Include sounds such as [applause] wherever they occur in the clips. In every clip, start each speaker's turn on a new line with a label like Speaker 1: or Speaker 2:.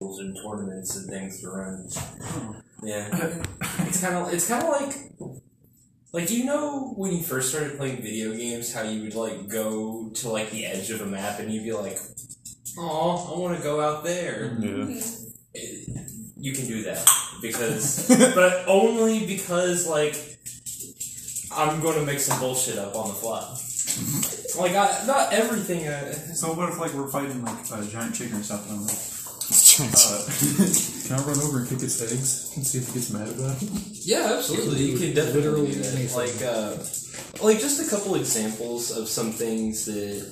Speaker 1: and tournaments and things to run. Yeah, it's kind of it's kind of like like do you know when you first started playing video games how you would like go to like the edge of a map and you'd be like, oh, I want to go out there.
Speaker 2: Yeah.
Speaker 1: It- you can do that because, [laughs] but only because like I'm gonna make some bullshit up on the fly. Like I, not everything. I,
Speaker 3: So what if like we're fighting like a giant chicken or something? I'm like, uh, [laughs]
Speaker 2: Can I run over and kick its eggs and see if it gets mad about it?
Speaker 1: Yeah, absolutely. You
Speaker 2: You
Speaker 1: can
Speaker 2: can
Speaker 1: definitely
Speaker 2: literally
Speaker 1: do that.
Speaker 2: anything.
Speaker 1: Like, uh, like just a couple examples of some things that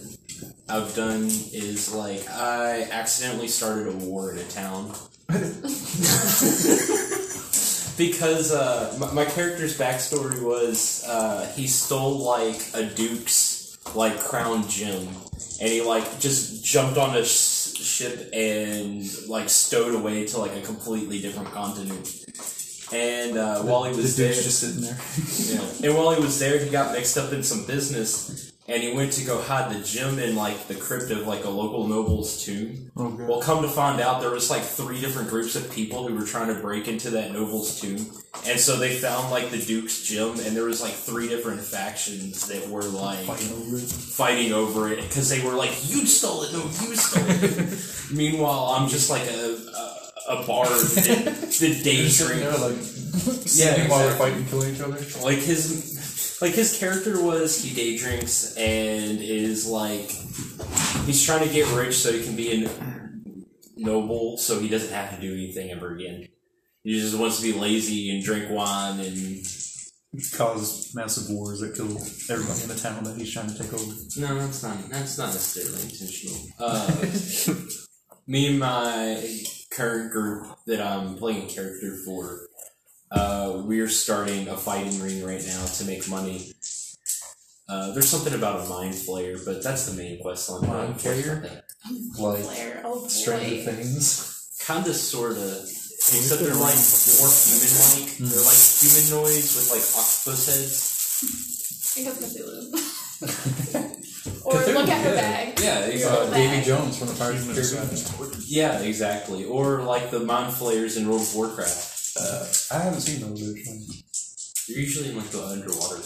Speaker 1: I've done is like I accidentally started a war in a town [laughs] because uh, my, my character's backstory was uh, he stole like a duke's like crown gem, and he like just jumped on a sh- ship and like stowed away to like a completely different continent. And uh, while he
Speaker 2: The dude's
Speaker 1: was there,
Speaker 2: just sitting there.
Speaker 1: yeah. And while he was there, he got mixed up in some business, and he went to go hide the gem in like the crypt of like a local noble's tomb.
Speaker 3: oh god.
Speaker 1: Well, come to find out, there was like three different groups of people who were trying to break into that noble's tomb, and so they found like the duke's gem, and there was like three different factions that were like
Speaker 2: [laughs] Fighting over it.
Speaker 1: fighting over it because they were like, "You stole it! No, you stole
Speaker 2: [laughs]
Speaker 1: it!" Meanwhile, I'm just like a a, a bard that,
Speaker 2: [laughs]
Speaker 1: that day
Speaker 2: Sitting there,
Speaker 1: drinks.
Speaker 2: [laughs] like, sitting while we're
Speaker 1: exactly.
Speaker 2: fighting, killing each other.
Speaker 1: Like his, like his character was he day drinks and is like he's trying to get rich so he can be a noble, so he doesn't have to do anything ever again. He just wants to be lazy and drink wine and
Speaker 3: Cause massive wars that kill everybody in the town that he's trying to take over.
Speaker 1: no, that's not that's not necessarily intentional. Uh, [laughs] me and my current group that I'm playing character for, uh, we're starting a fighting ring right now to make money. Uh, there's something about a mind flayer, but that's the main quest line.
Speaker 2: Mind flayer? Like,
Speaker 4: Blair, oh boy.
Speaker 2: Stranger Things.
Speaker 1: Kinda, sorta. Except they're like more human-like.
Speaker 2: Hmm.
Speaker 1: They're like humanoids with like octopus heads.
Speaker 4: I have
Speaker 2: [laughs]
Speaker 4: Cthulhu. or
Speaker 2: Cthulhu,
Speaker 4: look at her
Speaker 2: yeah.
Speaker 4: bag.
Speaker 1: Yeah,
Speaker 2: Uh,
Speaker 4: Back.
Speaker 2: Davy Jones from the Pirates of
Speaker 3: Human
Speaker 2: the Caribbean.
Speaker 1: Yeah, exactly. Or like the mind flayers in World of Warcraft.
Speaker 2: Uh, I haven't seen those actually.
Speaker 1: They're usually in like the underwater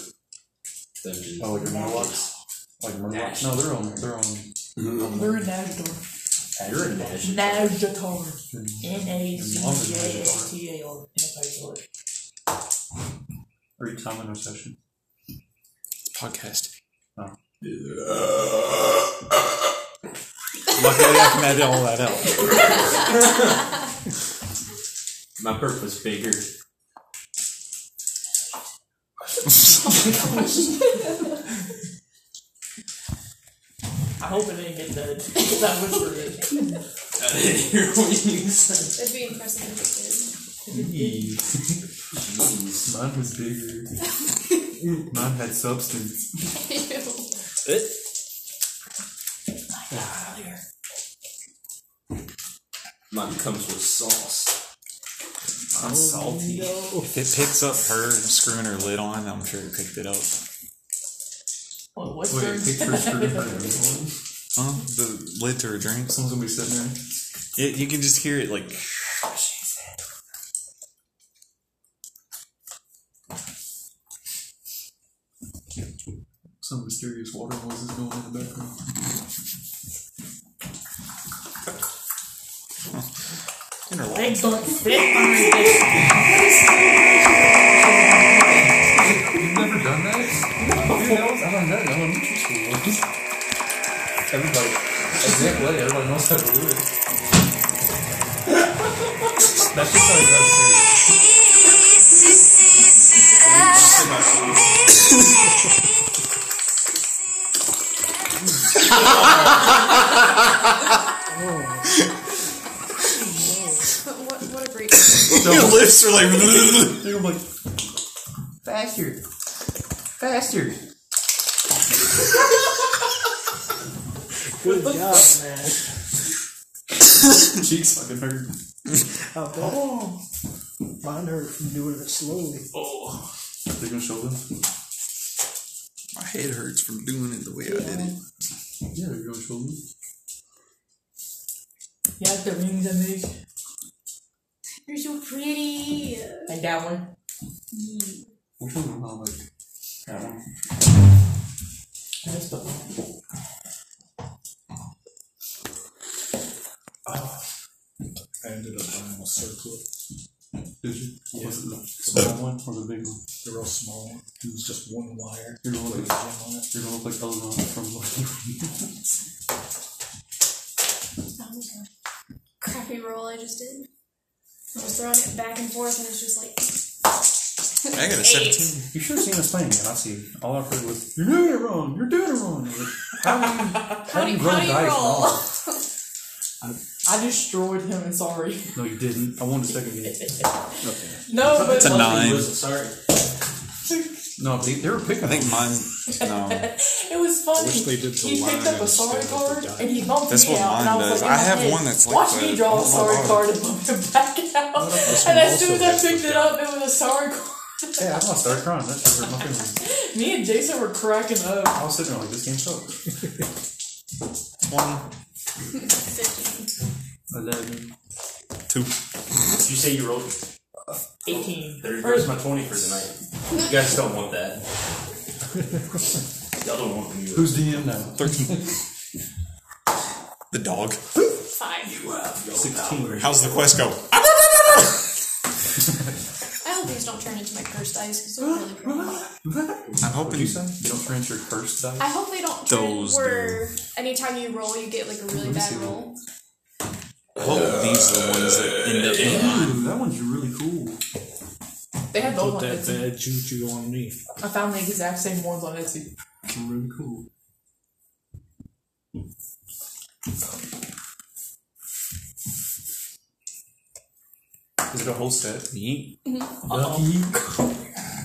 Speaker 1: dungeons.
Speaker 2: Oh, like Murlocs? Like Murlocs? No, they're on. They're on.
Speaker 5: We're in Najdor.
Speaker 1: You're a Nash.
Speaker 5: Najdatar. N A
Speaker 2: As
Speaker 5: Z
Speaker 2: long as
Speaker 5: J A
Speaker 2: Najdar.
Speaker 5: T A R. Anti-Zord.
Speaker 3: Are you time in recession?
Speaker 6: podcast.
Speaker 2: Luckily, I can edit all that out.
Speaker 1: My perk was bigger. [laughs]
Speaker 5: I hope it ain't get that. That whisper is.
Speaker 1: I didn't hear what you said.
Speaker 4: That'd be impressive if it
Speaker 3: [laughs]
Speaker 1: Jeez.
Speaker 3: Mine was
Speaker 2: [laughs]
Speaker 3: bigger. Mine had substance.
Speaker 4: did.
Speaker 2: [laughs]
Speaker 1: Mine comes with sauce.
Speaker 2: Oh,
Speaker 3: I'm salty.
Speaker 6: If it picks up her screwing her lid on, I'm sure it picked it up.
Speaker 5: What, what's
Speaker 3: Wait,
Speaker 5: Wait,
Speaker 3: picture screwed
Speaker 5: [laughs]
Speaker 3: for
Speaker 2: [laughs]
Speaker 3: everyone.
Speaker 6: Huh? The lid to her drinks.
Speaker 3: Someone's gonna be sitting there.
Speaker 6: It, you can just hear it like.
Speaker 3: Some mysterious water noise is going in the background.
Speaker 6: Interlock.
Speaker 5: Things don't fit on this.
Speaker 3: You've never done that?
Speaker 2: Dude, that was, I don't know. Elementary school was. Everybody, exactly. Everybody knows how to do it. That's just how it's
Speaker 4: what, what a breach.
Speaker 6: [laughs] Your lips are like. [laughs]
Speaker 3: You're like,
Speaker 2: Faster, faster.
Speaker 5: Good job, Oh, man.
Speaker 3: cheeks fucking hurt.
Speaker 7: How bad?
Speaker 5: Oh.
Speaker 7: Mine hurt from doing it slowly.
Speaker 3: They're gonna show them?
Speaker 6: My head hurts from doing it the way I did it.
Speaker 3: Yeah, they're gonna show them.
Speaker 5: You have the rings in these.
Speaker 4: pretty. Uh,
Speaker 5: And that one.
Speaker 3: Which one am I like? That one.
Speaker 5: That's the one.
Speaker 8: I ended up buying a circlet.
Speaker 3: Did you?
Speaker 8: Yeah.
Speaker 3: Was it the small one or the big one?
Speaker 8: The real small one. It was just one wire.
Speaker 3: You're gonna
Speaker 8: With
Speaker 3: look
Speaker 8: a gem
Speaker 3: like,
Speaker 8: on it.
Speaker 3: you're gonna look like Elrond from Lord of the Rings.
Speaker 4: that was a crappy roll I just did. I was throwing it back and forth, and it's just like.
Speaker 6: I got a
Speaker 4: Eight.
Speaker 6: 17.
Speaker 8: You should have seen us playing Yahtzee. All I heard was,
Speaker 3: You're doing it wrong. You're doing it wrong.
Speaker 4: How do you,
Speaker 3: you roll
Speaker 4: how do you
Speaker 3: dice
Speaker 4: roll?
Speaker 3: wrong?
Speaker 5: I destroyed him. and Sorry. [laughs]
Speaker 8: no, you didn't. I won the second game.
Speaker 5: No, but
Speaker 6: It's a nine.
Speaker 1: Listen, sorry.
Speaker 3: No, they, they were picking.
Speaker 6: I think mine. No.
Speaker 5: it was funny.
Speaker 9: wish they did the
Speaker 5: he picked
Speaker 9: line
Speaker 5: up a
Speaker 9: instead
Speaker 5: sorry
Speaker 9: of the
Speaker 5: card
Speaker 9: die.
Speaker 5: and he bumped
Speaker 6: That's
Speaker 5: me
Speaker 6: what
Speaker 5: out. and I
Speaker 6: mine
Speaker 5: was
Speaker 6: does.
Speaker 5: like,
Speaker 6: I
Speaker 5: in my
Speaker 6: have
Speaker 5: head,
Speaker 6: one that's like
Speaker 5: Watch me
Speaker 6: that.
Speaker 5: draw a
Speaker 6: Oh, my
Speaker 5: sorry
Speaker 6: God.
Speaker 5: card and bump it back out. and as soon as I picked it up, it was a sorry card.
Speaker 3: Yeah, I'm gonna start crying. That shit hurt my feelings.
Speaker 5: me and Jason were cracking up.
Speaker 3: I was sitting there like, this game sucks.
Speaker 6: One,
Speaker 4: Fifteen.
Speaker 3: 11.
Speaker 6: two.
Speaker 1: Did you say you rolled?
Speaker 5: 18.
Speaker 1: There, there's my 20 for tonight. You guys don't want that. Y'all don't want me.
Speaker 3: Who's DM now?
Speaker 6: 13. the dog.
Speaker 4: Five.
Speaker 6: How's the quest go?
Speaker 4: I hope these don't turn into my cursed dice because they're really pretty.
Speaker 2: [gasps]
Speaker 6: I'm hoping
Speaker 3: You said you don't transfer cursed dice?
Speaker 4: I hope they don't turn
Speaker 6: Those
Speaker 4: where anytime you roll, you get like a really bad roll.
Speaker 6: I hope these are the ones that end up being mine.
Speaker 3: Ooh, that one's really cool.
Speaker 5: They had those
Speaker 9: Put
Speaker 5: on
Speaker 9: that
Speaker 5: Etsy.
Speaker 9: bad juju on me.
Speaker 5: I found the exact same ones on Etsy.
Speaker 3: Really cool. Is it a whole set?
Speaker 6: Yeet.
Speaker 3: Lucky you.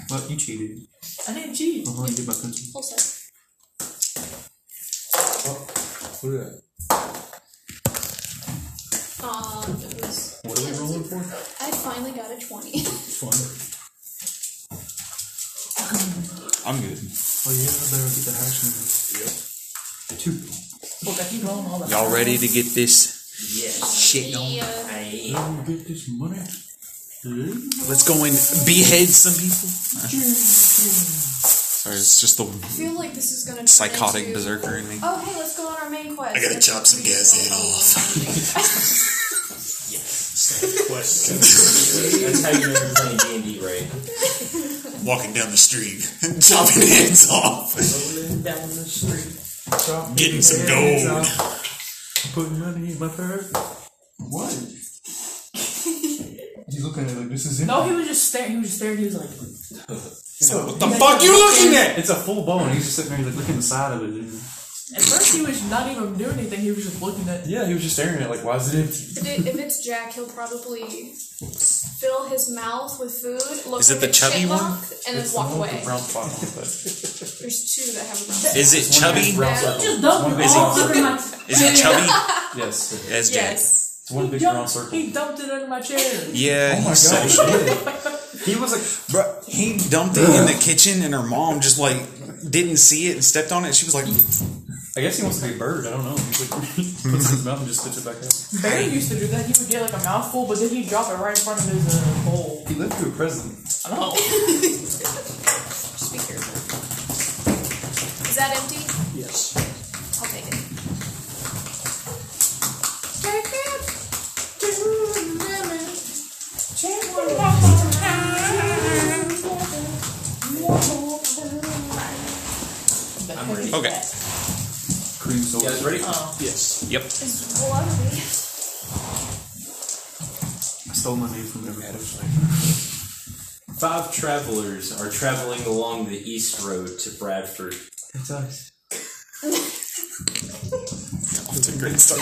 Speaker 3: Well, you cheated.
Speaker 5: I didn't cheat.
Speaker 3: I'm gonna get my pencil.
Speaker 4: Also,
Speaker 3: What is that?
Speaker 4: um, it was.
Speaker 3: What are we rolling for? Oh,
Speaker 4: I finally got a twenty.
Speaker 3: Fun.
Speaker 6: I'm good.
Speaker 3: Oh yeah, I better get the hash now. Yep. Two.
Speaker 5: Look, I keep rolling all that.
Speaker 6: Y'all ready to get this
Speaker 1: Yes.
Speaker 6: shit going?
Speaker 4: yeah.
Speaker 1: I am.
Speaker 3: I'm gonna get this money.
Speaker 6: Let's go and behead some people. Mm-hmm. Sorry, it's just
Speaker 4: I
Speaker 6: the
Speaker 4: feel like this is gonna turn
Speaker 6: psychotic
Speaker 4: into,
Speaker 6: berserker in me.
Speaker 4: Oh hey, let's go on our main quest.
Speaker 9: I gotta chop some Gazelle
Speaker 1: That's how you know you're playing D&D, right?
Speaker 9: Walking down the street,
Speaker 6: [laughs]
Speaker 9: chopping heads off,
Speaker 5: Rolling down the street.
Speaker 9: getting some gold.
Speaker 3: Putting money in my purse. What? He's looking at it like this is it.
Speaker 5: No, he was just staring. He was just staring. He was like,
Speaker 6: What the fuck you looking at?
Speaker 3: It's a full bow, and he's just sitting there, he's like looking at the side of it. And,
Speaker 5: at first he was not even doing anything. He was just looking at.
Speaker 3: yeah, he was just staring at it, like, why is it empty?
Speaker 4: If, it, if it's Jack, he'll probably fill his mouth with food. Look
Speaker 6: Is it
Speaker 4: like
Speaker 6: the
Speaker 4: a
Speaker 6: chubby
Speaker 4: chipmunk,
Speaker 6: one?
Speaker 4: And then
Speaker 3: It's
Speaker 4: walk
Speaker 3: the one with
Speaker 4: away.
Speaker 3: The brown spot on it.
Speaker 4: There's two that have a brown.
Speaker 6: Is it chubby?
Speaker 3: Brown
Speaker 4: Yeah.
Speaker 3: circle.
Speaker 5: Just dumped it
Speaker 6: Is he-
Speaker 5: all over my.
Speaker 6: Is it [laughs] chubby?
Speaker 3: Yes, it is.
Speaker 6: That's Jack.
Speaker 4: Yes.
Speaker 3: it's one big
Speaker 5: Yup,
Speaker 3: brown circle.
Speaker 5: He dumped it under my chair.
Speaker 6: Yeah,
Speaker 3: Oh my
Speaker 6: he's
Speaker 3: gosh,
Speaker 6: so
Speaker 3: yeah. He was like,
Speaker 6: Bro, he dumped it in the kitchen, and her mom just like didn't see it and stepped on it. She was like,
Speaker 3: I guess he wants to be a bird. I don't know. He's like, [laughs] puts it in his mouth and just spits it back out.
Speaker 5: Barry used to do that. He would get like a mouthful, but then he'd drop it right in front of his uh, bowl.
Speaker 3: He lived through a president.
Speaker 5: I know.
Speaker 4: Just be careful. Is that empty?
Speaker 10: Yes.
Speaker 4: I'll take it.
Speaker 1: I'm ready.
Speaker 6: "Okay,
Speaker 3: Cream
Speaker 1: You
Speaker 3: soda.
Speaker 1: guys ready?
Speaker 5: uh,
Speaker 9: Yes.
Speaker 6: [laughs] yep."
Speaker 4: It's lovely.
Speaker 3: I stole my name from every
Speaker 1: Five travelers are traveling along the east road to Bradford.
Speaker 3: It's us.
Speaker 6: Off to a great start.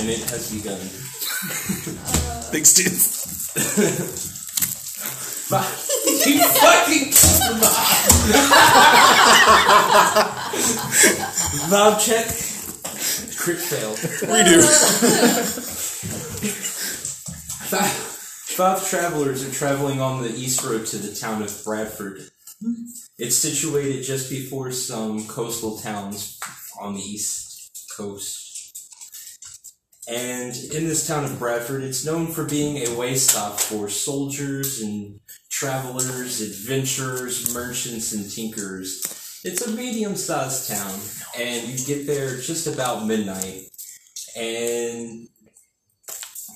Speaker 1: And it has begun.
Speaker 6: Thanks, dude.
Speaker 1: you fucking [laughs] Loud check. Crit fail.
Speaker 6: Redo.
Speaker 1: Five travelers are traveling on the east road to the town of Bradford. It's situated just before some coastal towns on the east coast. And in this town of Bradford, it's known for being a way stop for soldiers and travelers, adventurers, merchants, and tinkers. It's a medium sized town, and you get there just about midnight, and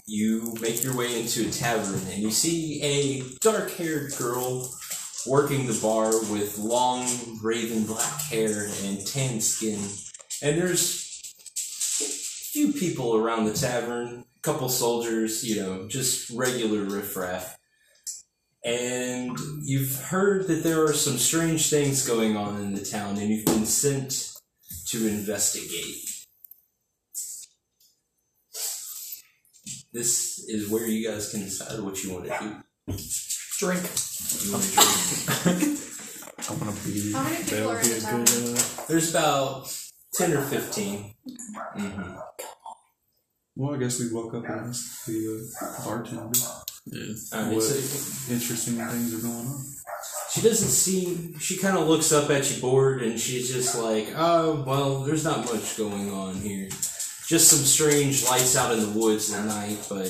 Speaker 1: you make your way into a tavern, and you see a dark haired girl working the bar with long, raven black hair and tan skin. And there's few people around the tavern, couple soldiers, you know, just regular riffraff. And you've heard that there are some strange things going on in the town, and you've been sent to investigate. This is where you guys can decide what you want to do.
Speaker 5: Drink.
Speaker 1: You want to drink.
Speaker 3: I want to be.
Speaker 4: How many people
Speaker 3: that would
Speaker 4: are
Speaker 3: be
Speaker 4: in
Speaker 3: a
Speaker 4: the town?
Speaker 3: good, uh,
Speaker 1: There's about 10 or 15. hmm
Speaker 3: well, I guess we walk up and ask the uh, bartender
Speaker 1: Uh,
Speaker 3: what
Speaker 1: it's a-
Speaker 3: interesting things are going on.
Speaker 1: She doesn't seem. She kind of looks up at you bored, and she's just like, "Oh, well, there's not much going on here. Just some strange lights out in the woods at night, but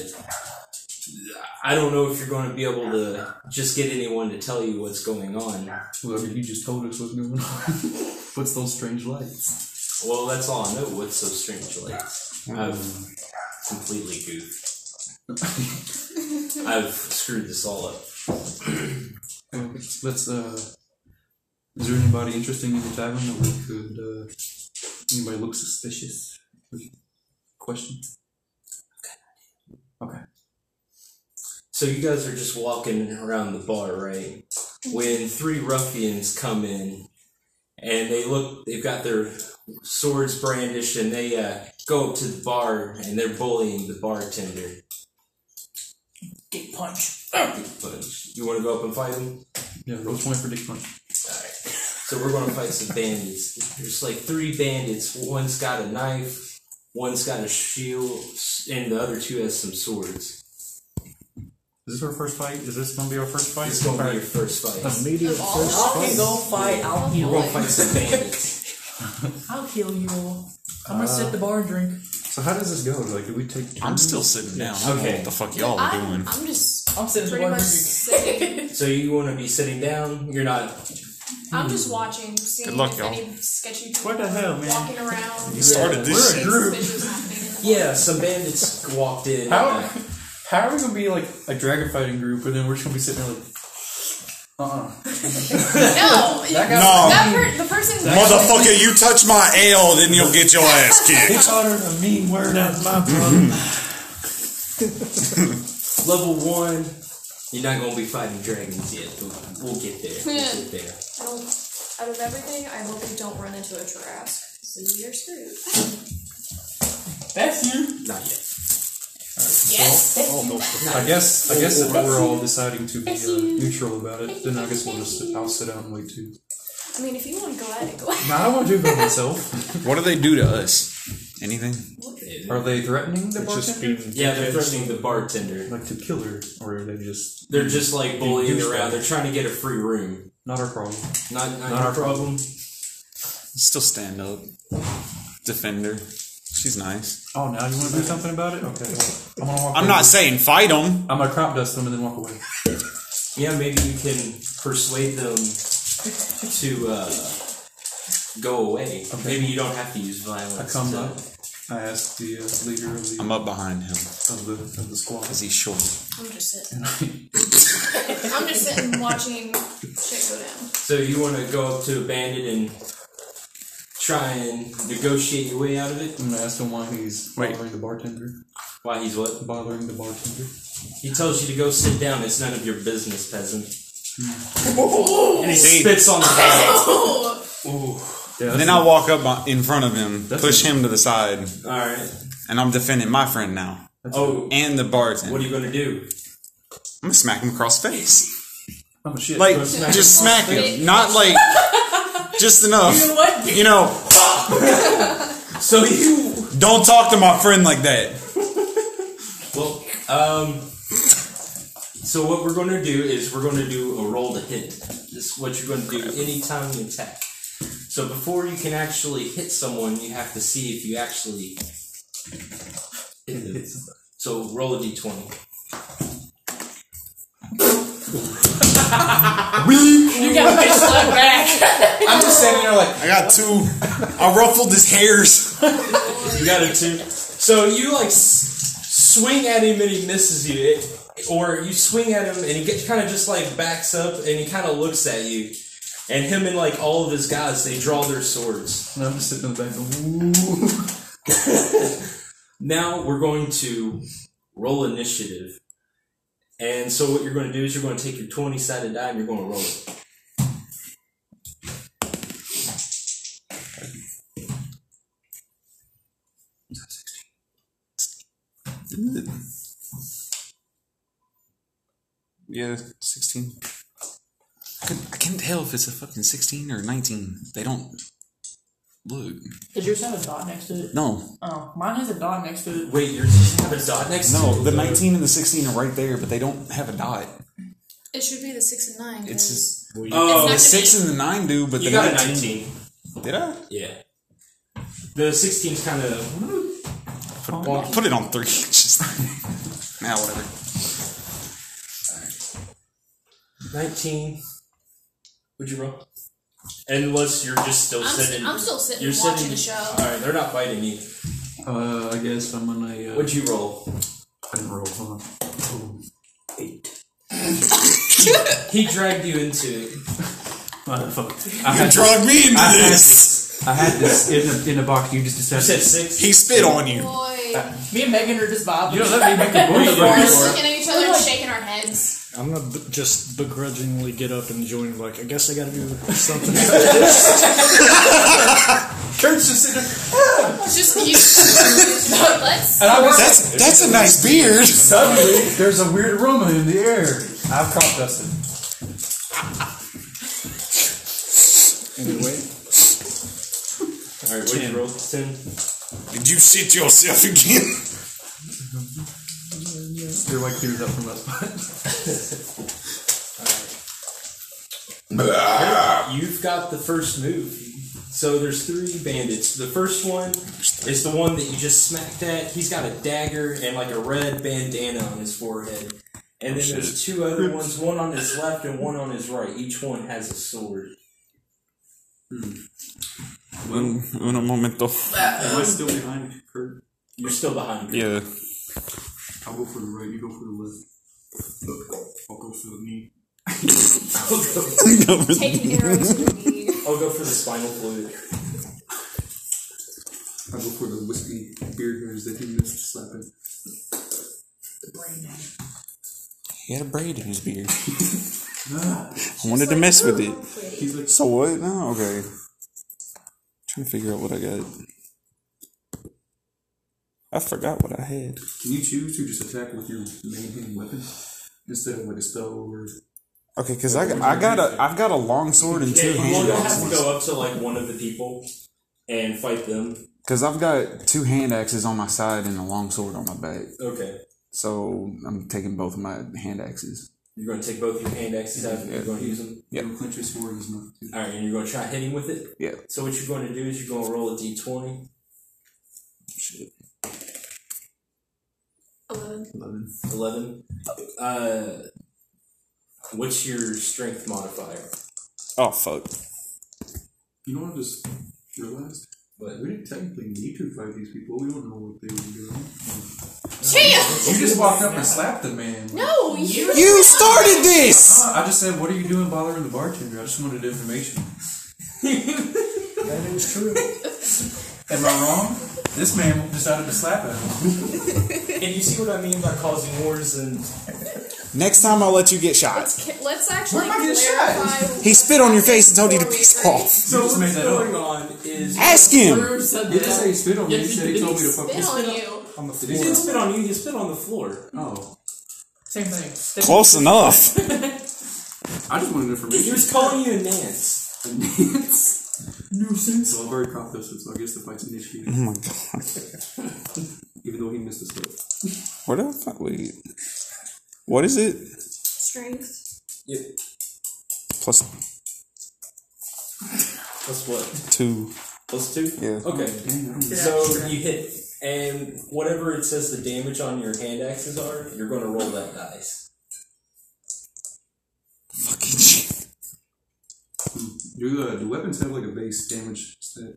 Speaker 1: I don't know if you're going to be able to just get anyone to tell you what's going on.
Speaker 3: Well, I mean, you just told us what's going on. [laughs] what's those strange lights? [laughs]
Speaker 1: Well, that's all I know. What's so strange lights? I've completely goofed. I've screwed this all up.
Speaker 3: Well, let's. Uh, is there anybody interesting in the tavern that we could? Uh, anybody look suspicious? Question.
Speaker 1: So you guys are just walking around the bar, right? When three ruffians come in and they look, they've got their swords brandished and they uh, go up to the bar and they're bullying the bartender.
Speaker 5: Dick punch.
Speaker 1: But you want to go up and fight them?
Speaker 3: Yeah, roll twenty for dick punch.
Speaker 1: Alright. So we're going to fight some bandits. There's like three bandits. One's got a knife, one's got a shield, and the other two has some swords.
Speaker 3: Is this our first fight? Is this gonna be our first fight?
Speaker 1: It's going to be your first fight.
Speaker 7: Immediate
Speaker 4: Of all-
Speaker 7: first
Speaker 5: I'll go fight.
Speaker 1: We're
Speaker 5: I'll
Speaker 1: going
Speaker 5: heal.
Speaker 1: to fight some bandits.
Speaker 5: I'll kill you all. I'm gonna sit at the bar and drink.
Speaker 3: So how does this go? Like, do we take?
Speaker 6: I'm still sitting down. I don't know
Speaker 1: Okay.
Speaker 6: what the fuck y'all are
Speaker 4: I'm,
Speaker 6: doing.
Speaker 4: I'm just
Speaker 5: I'm sitting at the
Speaker 4: pretty
Speaker 5: bar
Speaker 4: much
Speaker 5: and
Speaker 4: sitting.
Speaker 5: drinking.
Speaker 1: So you want to be sitting down? You're not
Speaker 4: I'm just watching, seeing
Speaker 6: Good luck,
Speaker 4: if
Speaker 6: y'all.
Speaker 4: any sketchy people
Speaker 3: What the hell, man?
Speaker 4: walking around.
Speaker 6: You started this shit.
Speaker 4: Suspicious happening.
Speaker 1: Yeah, some bandits walked in. Uh,
Speaker 3: How, how are we gonna be like a dragon fighting group and then we're just gonna be sitting there like, uh uh
Speaker 4: No, you-
Speaker 6: No.
Speaker 4: that per- the person.
Speaker 6: Motherfucker, you touch my ale, then you'll get your ass kicked.
Speaker 3: uttered a mean word at my
Speaker 1: Level one, you're not gonna be fighting dragons yet, but we'll get there. We'll get there.
Speaker 4: I don't- Out of everything, I hope we don't run into a giraffe. So you're screwed.
Speaker 5: That's you.
Speaker 1: Not yet. [laughs]
Speaker 4: Yes.
Speaker 3: I guess I guess if we're all deciding to be uh, neutral about it, then I guess we'll just I'll sit out and wait too.
Speaker 4: I mean, if you want to go at it, go at
Speaker 3: No, I don't want to do it by myself.
Speaker 6: What do they do to us? Anything?
Speaker 3: Are they threatening the
Speaker 2: It's just
Speaker 3: bartender?
Speaker 2: being
Speaker 1: Yeah, they're threatening the bartender.
Speaker 3: Like to kill her, or are they just
Speaker 1: They're just like bullying
Speaker 3: douchebag.
Speaker 1: around. They're trying to get a free room.
Speaker 3: not our problem?
Speaker 1: Not, not,
Speaker 3: Not
Speaker 1: your
Speaker 3: our
Speaker 1: problem.
Speaker 6: Still stand up. Defender. She's nice.
Speaker 3: Oh, now you want to do something about it? Okay, I'm gonna walk.
Speaker 6: I'm not saying fight them.
Speaker 3: I'm gonna crop dust them and then walk away.
Speaker 1: Yeah, maybe you can persuade them to uh, go away. Maybe you don't have to use violence.
Speaker 3: I come
Speaker 1: to-
Speaker 3: up. I ask the uh, leader of the
Speaker 6: I'm up behind him
Speaker 3: of the of the squad.
Speaker 6: because he's short.
Speaker 4: I'm just sitting. I'm just sitting watching shit go down.
Speaker 1: So you want to go up to a bandit and try and negotiate your way out of it?
Speaker 3: I'm gonna ask him why he's
Speaker 6: Wait.
Speaker 3: bothering the bartender.
Speaker 1: Why he's what?
Speaker 3: Bothering the bartender.
Speaker 1: He tells you to go sit down. It's none of your business, peasant. And he
Speaker 6: See?
Speaker 1: spits [laughs] on the ground.
Speaker 3: Yeah,
Speaker 6: Then I walk up on- in front of him,
Speaker 3: That's
Speaker 6: push
Speaker 3: a-
Speaker 6: him to the side,
Speaker 1: All right.
Speaker 6: and I'm defending my friend now
Speaker 1: Oh,
Speaker 6: and the bartender.
Speaker 1: what are you gonna do?
Speaker 6: I'm gonna smack him across the face,
Speaker 3: oh shit.
Speaker 6: like
Speaker 1: Go smack
Speaker 6: just
Speaker 1: him across
Speaker 6: smack him, not like just enough.
Speaker 5: You know what? [laughs]
Speaker 6: You know,
Speaker 1: So [laughs] you
Speaker 6: don't talk to my friend like that.
Speaker 1: Well, um, so what we're going to do is we're going to do a roll to hit. This is what you're going to do anytime you attack. So before you can actually [laughs] hit someone, you have to see if you actually hit So roll a d20.
Speaker 5: You got bitch slapped back.
Speaker 2: I'm just standing there like,
Speaker 6: I got two. I ruffled his hairs.
Speaker 1: You got a two. So you like s- swing at him and he misses you, it, or you swing at him and he gets kind of just like backs up and he kind of looks at you. And him and like all of his guys, they draw their swords.
Speaker 3: And I'm just sitting in the back going, ooh.
Speaker 1: Now we're going to roll initiative. And so what you're going to do is you're going to take your twenty sided die and you're going to roll it.
Speaker 6: Yeah, sixteen. I couldn't, I can't tell if it's a fucking sixteen or nineteen. They don't look.
Speaker 5: Does yours have a dot next to it?
Speaker 6: No,
Speaker 5: Oh, mine has a dot next to it.
Speaker 1: Wait, you're just have a dot next. to
Speaker 6: no.
Speaker 1: it?
Speaker 6: The nineteen and the sixteen are right there, but they don't have a dot.
Speaker 4: It should be the six and nine.
Speaker 6: It's
Speaker 4: guys.
Speaker 6: just
Speaker 1: Oh,
Speaker 6: the six and the nine do, but
Speaker 1: you
Speaker 6: the
Speaker 1: got a
Speaker 6: 19,
Speaker 1: nineteen.
Speaker 6: did I?
Speaker 1: Yeah. The 16's kind of
Speaker 6: Put, put it on three. [laughs] Just now, whatever.
Speaker 1: 19. Would you roll? Unless you're just still
Speaker 4: I'm,
Speaker 1: sitting.
Speaker 4: s- I'm still sitting
Speaker 1: you're
Speaker 4: watching
Speaker 1: sitting-
Speaker 4: the show.
Speaker 1: All right, they're not biting you.
Speaker 3: Uh, I guess I'm on a. Uh,
Speaker 1: What'd you roll?
Speaker 3: I didn't roll, hold on. Ooh, Eight.
Speaker 1: He dragged you into it.
Speaker 3: Motherfucker. I
Speaker 6: You
Speaker 3: had,
Speaker 6: drug me into
Speaker 3: I had
Speaker 6: this.
Speaker 3: this. I had this in a, in a box. You just
Speaker 1: You said
Speaker 3: decided.
Speaker 1: six.
Speaker 6: He spit on you.
Speaker 4: Boy,
Speaker 5: Me and Megan are just vibing.
Speaker 3: You don't let me make a
Speaker 1: Wait,
Speaker 3: bullet
Speaker 1: you're-
Speaker 4: we're
Speaker 3: right
Speaker 4: just
Speaker 3: for
Speaker 4: looking at each other and shaking our heads.
Speaker 7: I'm gonna b- just begrudgingly get up and join. Like, I guess I gotta do something.
Speaker 2: Kurt's just sitting there.
Speaker 4: It's just you. [laughs] Let's.
Speaker 2: And I was
Speaker 6: That's that's a nice [laughs] beard.
Speaker 2: suddenly,
Speaker 3: There's a weird aroma in the air.
Speaker 2: I've caught Dustin.
Speaker 7: anyway,
Speaker 1: All right, what'd you roll? 10.
Speaker 11: Did you shit yourself again?
Speaker 3: Your white clears up from that spot.
Speaker 1: You've got the first move. So there's three bandits. The first one is the one that you just smacked at. He's got a dagger and like a red bandana on his forehead. And then there's two other ones, one on his left and one on his right. Each one has a sword.
Speaker 6: Un, un momento.
Speaker 3: Am I still behind Kurt?
Speaker 1: You're still behind. me.
Speaker 6: Yeah.
Speaker 3: I'll go for the right, you go for the left. I'll go for the knee.
Speaker 4: Take the arrows to the knee.
Speaker 1: I'll go for the spinal fluid.
Speaker 3: I'll go for the whiskey beard hairs that he missed slapping.
Speaker 6: He had a braid in his
Speaker 3: [laughs]
Speaker 6: beard. I wanted to mess with it.
Speaker 3: He's like,
Speaker 6: So what? No, okay. Trying to figure out what I got. I forgot what I had.
Speaker 3: can you choose to just attack with your main hand weapon? Instead of like a spell or.
Speaker 6: Okay, cause I got, I got a I've got a long sword and two
Speaker 1: Yeah,
Speaker 6: hand
Speaker 1: you'll have to
Speaker 6: axes.
Speaker 1: go up to like one of the people and fight them.
Speaker 6: Cause I've got two hand axes on my side and a long sword on my back.
Speaker 1: Okay.
Speaker 6: So I'm taking both of my hand axes.
Speaker 1: You're going to take both your hand axes out and you're going to use them.
Speaker 6: Yep.
Speaker 3: He'll clench his sword in his mouth. too.
Speaker 1: All right, and you're going to try hitting with it.
Speaker 6: Yeah.
Speaker 1: So what you're going to do is you're going to roll a d20.
Speaker 6: Shit.
Speaker 4: Eleven.
Speaker 1: 11. Uh, what's your strength modifier?
Speaker 6: Oh fuck.
Speaker 3: You know what I just realized?
Speaker 1: What?
Speaker 3: We didn't technically need to fight these people. We don't know what they were doing.
Speaker 4: Damn!
Speaker 3: You just walked up and slapped the man.
Speaker 4: No, you.
Speaker 6: You started this.
Speaker 3: I just said, what are you doing bothering the bartender? I just wanted information.
Speaker 7: that is true.
Speaker 3: Am I wrong? This man decided to slap at him.
Speaker 1: And you see what I mean by causing wars and.
Speaker 6: Next time I'll let you get shot.
Speaker 4: Let's, ca- let's actually
Speaker 3: Where am I getting
Speaker 4: clarify.
Speaker 6: He spit on your face and told you to piss off.
Speaker 1: So
Speaker 3: just made
Speaker 1: what's
Speaker 3: that up.
Speaker 1: going on is.
Speaker 6: Ask him.
Speaker 5: Drew said
Speaker 3: He didn't say
Speaker 5: that.
Speaker 3: he spit on me. He said he told me to fuck
Speaker 4: Spit
Speaker 3: this.
Speaker 4: on you.
Speaker 7: On the
Speaker 3: Did
Speaker 1: He
Speaker 3: he
Speaker 1: didn't
Speaker 3: just?
Speaker 1: spit on you, he spit on the floor.
Speaker 3: Oh,
Speaker 5: Same thing. Stick-
Speaker 6: Close enough.
Speaker 3: I just wanted
Speaker 1: He
Speaker 3: information.
Speaker 1: was calling you a nance.
Speaker 3: [laughs] Nuisance. Well, I've already caught this one, so I guess the fight's initiated.
Speaker 6: Oh my god.
Speaker 3: Even though he missed the spell.
Speaker 6: Where did I find? Wait. What is it?
Speaker 4: Strength.
Speaker 6: Plus
Speaker 1: Plus what?
Speaker 6: two.
Speaker 1: Plus two?
Speaker 6: Yeah.
Speaker 1: Okay.
Speaker 3: Dang, I don't know.
Speaker 1: So you hit. and whatever it says the damage on your hand axes are, you're going to roll that dice.
Speaker 6: Fucking shit.
Speaker 3: Do, uh, do weapons have like a base damage stat?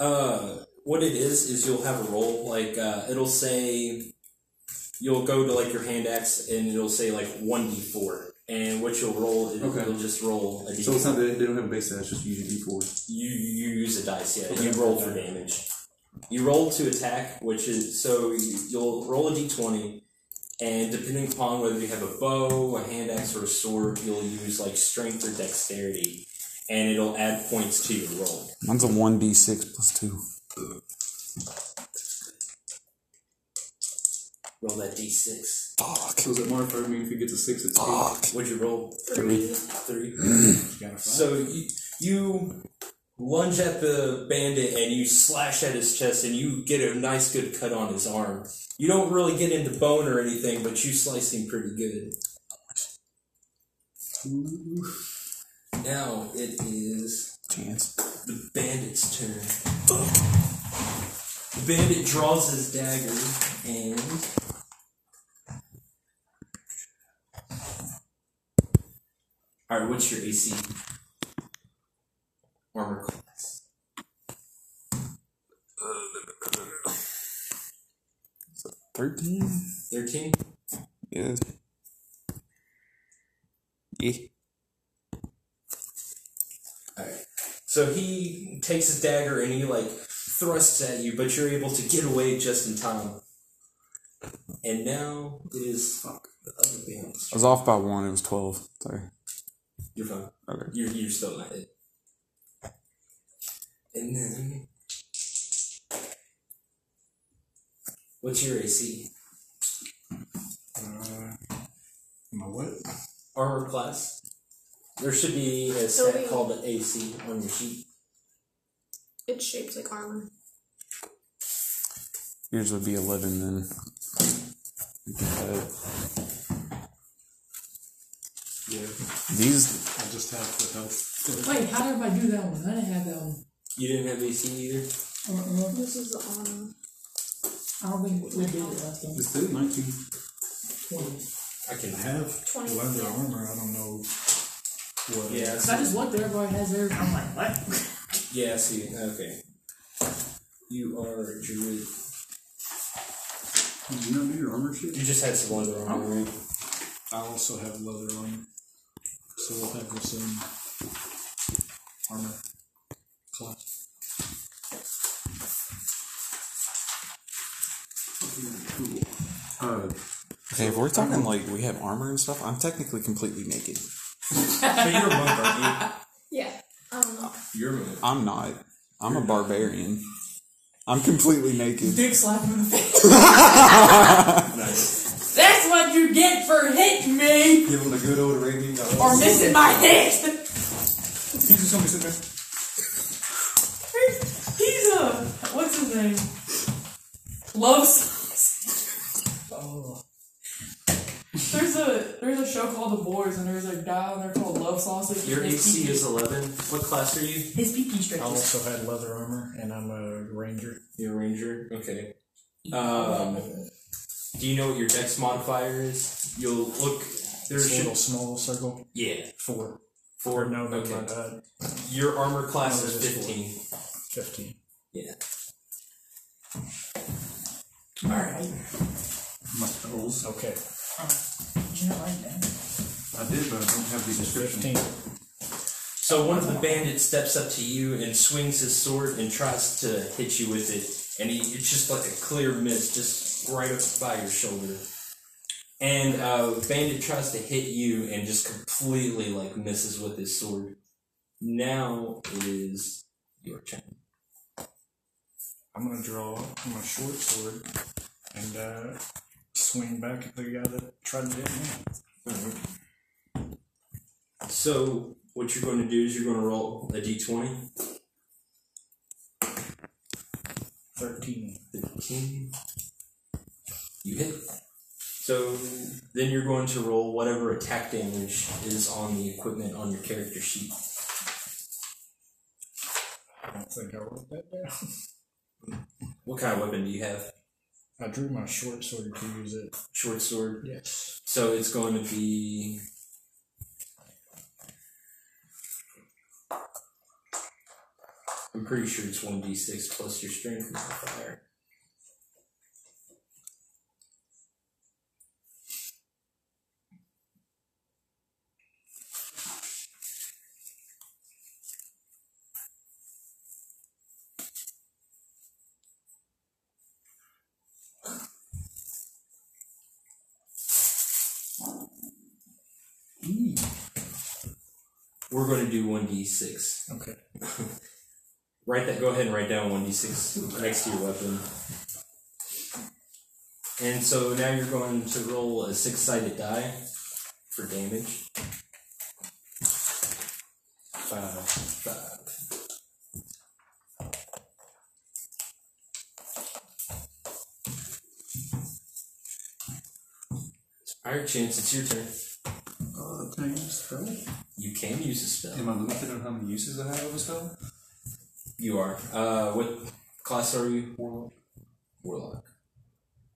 Speaker 1: Uh, what it is is you'll have a roll like uh, it'll say you'll go to like your hand axe and it'll say like one d four, and what you'll roll is
Speaker 3: Okay.
Speaker 1: you'll just roll a d.
Speaker 3: So it's not that they don't have a base stat, it's just usually d4.
Speaker 1: you you use a dice, yeah.
Speaker 3: Okay.
Speaker 1: You roll for damage. You roll to attack, which is so you, you'll roll a d20, and depending upon whether you have a bow, a hand axe, or a sword, you'll use like strength or dexterity, and it'll add points to your roll.
Speaker 6: Mine's a 1d6 plus 2.
Speaker 1: Roll that d6.
Speaker 6: Fuck.
Speaker 3: So is that modifier mean if it gets a 6, it's 8?
Speaker 6: Fuck.
Speaker 1: What'd you roll?
Speaker 4: Three.
Speaker 1: Three.
Speaker 12: Got a five.
Speaker 1: So you, you lunge at the bandit and you slash at his chest and you get a nice good cut on his arm. You don't really get into bone or anything, but you slice him pretty good. Now it is
Speaker 6: Chance.
Speaker 1: the bandit's turn. The bandit draws his dagger and. Alright, what's your AC? Armor class.
Speaker 6: Thirteen?
Speaker 1: 13?
Speaker 6: Yeah. Yeah.
Speaker 1: Alright. So he takes his dagger and he, like, thrusts at you, but you're able to get away just in time. And now it is. Fuck. The other bandit's
Speaker 6: I was off by one. It was twelve. Sorry.
Speaker 1: You're fine.
Speaker 6: Okay.
Speaker 1: You're, you're still not hit. And then. What's your AC?
Speaker 12: My what?
Speaker 1: Armor class? There should be a
Speaker 4: Thirty.
Speaker 1: stat called an AC on your sheet.
Speaker 4: It's shaped like armor.
Speaker 6: Yours would be eleven then. Uh,
Speaker 12: Yeah,
Speaker 6: these
Speaker 12: I just have the health.
Speaker 5: Wait, how did everybody do that one? I didn't have that one.
Speaker 1: You didn't have AC either?
Speaker 5: Uh-uh.
Speaker 4: This is the armor.
Speaker 5: I don't think we did it last time.
Speaker 3: It's still 19.
Speaker 5: Twenty.
Speaker 1: I can
Speaker 12: I have
Speaker 4: 20,
Speaker 12: leather
Speaker 4: yeah.
Speaker 12: armor. I don't know what.
Speaker 1: Yeah,
Speaker 5: So I just looked at everybody has their. I'm like, what?
Speaker 1: Yeah, I see. Okay. You are a druid.
Speaker 3: Did you not do your armor shit?
Speaker 1: You just had some leather armor, right?
Speaker 12: I also have leather armor, so we'll have the same armor class.
Speaker 3: Uh,
Speaker 6: okay, if we're talking like we have armor and stuff, I'm technically completely naked.
Speaker 1: So you're a monk, aren't
Speaker 4: Yeah. Um, I don't know.
Speaker 1: you? You're a monk.
Speaker 6: I'm not. I'm a barbarian. I'm completely naked.
Speaker 5: [laughs] Dick slap him in
Speaker 6: [laughs]
Speaker 5: the face. That's what you get for hitting me
Speaker 3: give him the good old Arabian guy.
Speaker 5: or missing my [laughs] hit.
Speaker 12: He's just gonna be sitting there.
Speaker 5: He's a what's his name? Love Sauce. Oh. There's a there's a show called The Boys and there's a guy on there called Love Sausage.
Speaker 1: Your
Speaker 5: His
Speaker 1: AC
Speaker 5: PP
Speaker 1: is 11. What class are you?
Speaker 5: his PP
Speaker 12: I
Speaker 5: stretches.
Speaker 12: also had leather armor, and I'm a ranger.
Speaker 1: You're a ranger? Okay. Um, do you know what your dex modifier is? You'll look. There
Speaker 12: This
Speaker 1: should.
Speaker 12: little small circle.
Speaker 1: Yeah.
Speaker 12: Four.
Speaker 1: Four.
Speaker 12: No, no,
Speaker 1: Okay.
Speaker 12: my bad.
Speaker 1: Your armor class
Speaker 12: No,
Speaker 1: is
Speaker 12: it is four.
Speaker 1: 15.
Speaker 12: Fifteen.
Speaker 1: Yeah.
Speaker 5: All right,
Speaker 3: My spells.
Speaker 12: Okay.
Speaker 5: you know like that?
Speaker 3: I did, but I don't have the description.
Speaker 12: Fifteen.
Speaker 1: So one of the bandits steps up to you and swings his sword and tries to hit you with it, and he, it's just like a clear miss, just right up by your shoulder. And uh, bandit tries to hit you and just completely like misses with his sword. Now it is your turn.
Speaker 12: I'm gonna draw my short sword and uh, swing back at the guy that tried to hit me.
Speaker 1: Alright. So what you're going to do is you're going to roll a d20.
Speaker 12: Thirteen.
Speaker 1: 15. You hit. So then you're going to roll whatever attack damage is on the equipment on your character sheet.
Speaker 12: I don't think I wrote that down.
Speaker 1: What kind of weapon do you have?
Speaker 12: [laughs] I drew my short sword to use it.
Speaker 1: Short sword.
Speaker 12: Yes.
Speaker 1: So it's going to be. I'm pretty sure it's one d six plus your strength modifier. We're going to do one d six.
Speaker 12: Okay.
Speaker 1: Write that. Go ahead and write down one d six next to your weapon. And so now you're going to roll a six sided die for damage. Five, five. All right, Chance, it's your turn.
Speaker 3: Uh, can I use a spell?
Speaker 1: You can use a spell.
Speaker 3: Am I limited on how many uses I have of a spell?
Speaker 1: You are. Uh, what class are you? Warlock. Warlock.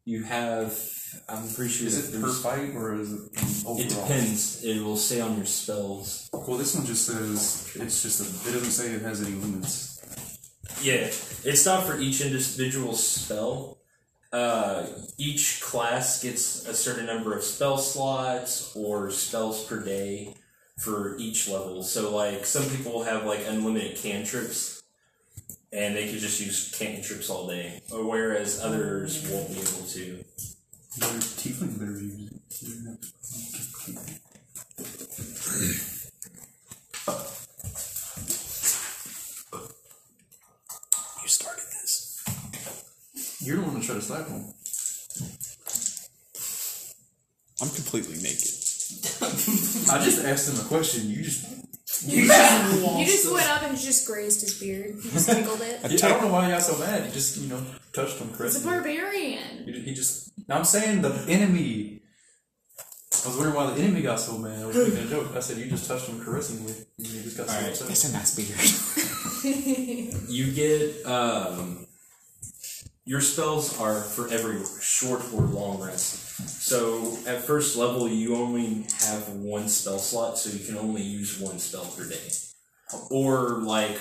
Speaker 1: You have. I'm pretty sure. that
Speaker 3: Is it per
Speaker 1: there's-
Speaker 3: fight or is it overall?
Speaker 1: It depends. It will say on your spells.
Speaker 3: Well, this one just says it's just a. It doesn't say it has any limits.
Speaker 1: Yeah, it's not for each individual spell. Uh, each class gets a certain number of spell slots or spells per day for each level. So, like, some people have like unlimited cantrips, and they could just use cantrips all day, whereas others won't be able to.
Speaker 3: Your tiefling better use it.
Speaker 6: You started this.
Speaker 3: You're the one that tried to slap him.
Speaker 6: I'm completely naked.
Speaker 3: I just asked him a question. You just.
Speaker 4: You just went up and just grazed his beard. You just tickled it.
Speaker 3: I don't know why he got so mad. He just, you know, touched him
Speaker 4: It's a
Speaker 3: correctly.
Speaker 4: barbarian.
Speaker 3: He ju- He just. Now I'm saying the enemy. I was wondering why the enemy got so mad. I was making a joke. I said you just touched him caressingly, and he just got so
Speaker 1: Alright.
Speaker 3: upset.
Speaker 6: It's a nice beard. [laughs]
Speaker 1: You get um, your spells are for every short or long rest. So at first level, you only have one spell slot, so you can only use one spell per day. Or like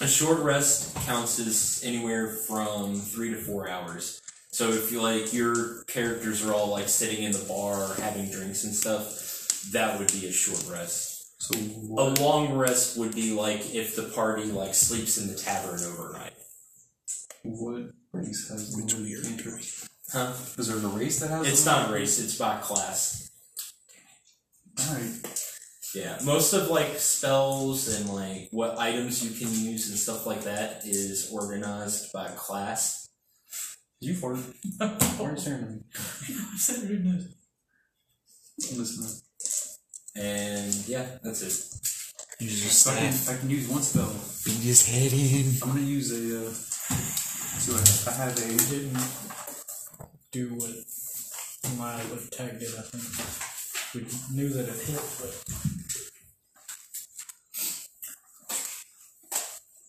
Speaker 1: a short rest counts as anywhere from three to four hours. So if you like your characters are all like sitting in the bar having drinks and stuff, that would be a short rest.
Speaker 3: So
Speaker 1: A
Speaker 3: what?
Speaker 1: long rest would be like if the party like sleeps in the tavern overnight.
Speaker 3: What race has which weird
Speaker 1: Huh?
Speaker 3: Is there a race that has?
Speaker 1: It's not a race, it's by class.
Speaker 3: All right.
Speaker 1: Yeah. Most of like spells and like what items you can use and stuff like that is organized by class.
Speaker 3: You fart.
Speaker 12: Oh.
Speaker 3: Orange turn.
Speaker 12: [laughs]
Speaker 3: Listen.
Speaker 1: And yeah, that's it.
Speaker 6: You just
Speaker 3: So I can, I can use one spell.
Speaker 6: beat his head in.
Speaker 3: I'm gonna use a. Uh, so I- I have a.
Speaker 12: Didn't do what my what tag did. I think we knew that it hit, but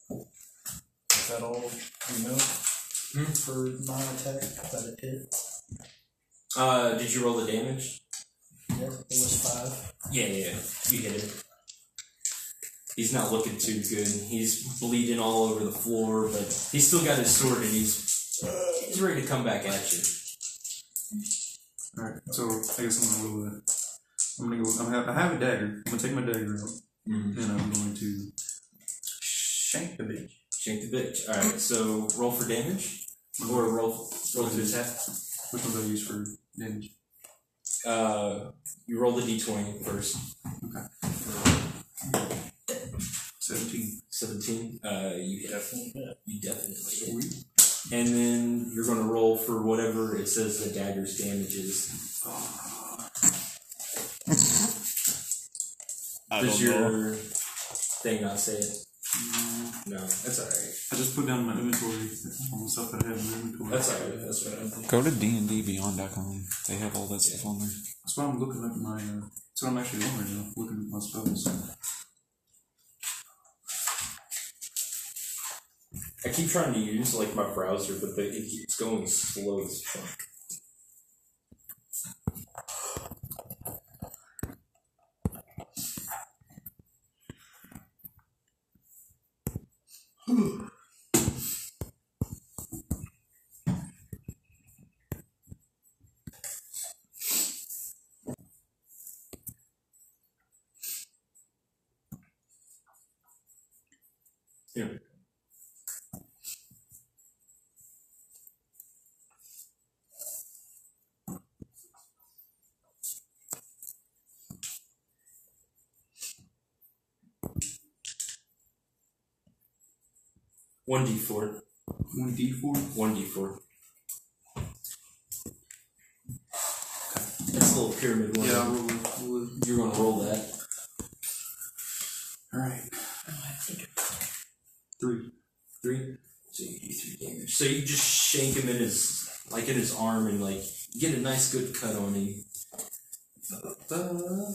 Speaker 12: is that all you know
Speaker 3: Hmm?
Speaker 12: for my attack that it hit?
Speaker 1: Uh did you roll the damage?
Speaker 12: Yep, it was five.
Speaker 1: Yeah, yeah, yeah. You hit him. He's not looking too good. He's bleeding all over the floor, but he's still got his sword and he's he's ready to come back at you.
Speaker 3: Alright, so I guess I'm gonna roll a. I'm gonna go. I'm ha- I have a dagger. I'm gonna take my dagger out,
Speaker 1: Mm-hmm.
Speaker 3: and I'm going to shank the bitch.
Speaker 1: Shake the bitch. Alright, so roll for damage. Or roll roll to attack.
Speaker 3: Which ones I use for damage?
Speaker 1: Uh you roll the D twenty first.
Speaker 3: Seventeen.
Speaker 1: Seventeen. Uh you hit. You definitely hit.
Speaker 3: Sweet.
Speaker 1: And then you're gonna roll for whatever it says the dagger's damage is.
Speaker 6: I
Speaker 1: Does
Speaker 6: don't know.
Speaker 1: your thing not say it?
Speaker 3: Mm.
Speaker 1: No, that's alright.
Speaker 3: I just put down my inventory. All the stuff that I have in my inventory.
Speaker 1: That's alright, that's what I'm
Speaker 6: Go to dndbeyond.com. They have all that stuff on there.
Speaker 3: That's why I'm looking at my. Uh, that's what I'm actually doing right now. Looking at my spells.
Speaker 1: I I keep trying to use like my browser, but the, it keeps going slow as fuck. One D four.
Speaker 3: One D four.
Speaker 1: One D four. That's a little pyramid one.
Speaker 3: Yeah, we'll, we'll,
Speaker 1: You're gonna roll that.
Speaker 3: all right. Three.
Speaker 1: Three. So you do three damage. So you just shank him in his like in his arm and like get a nice good cut on him.
Speaker 3: Uh,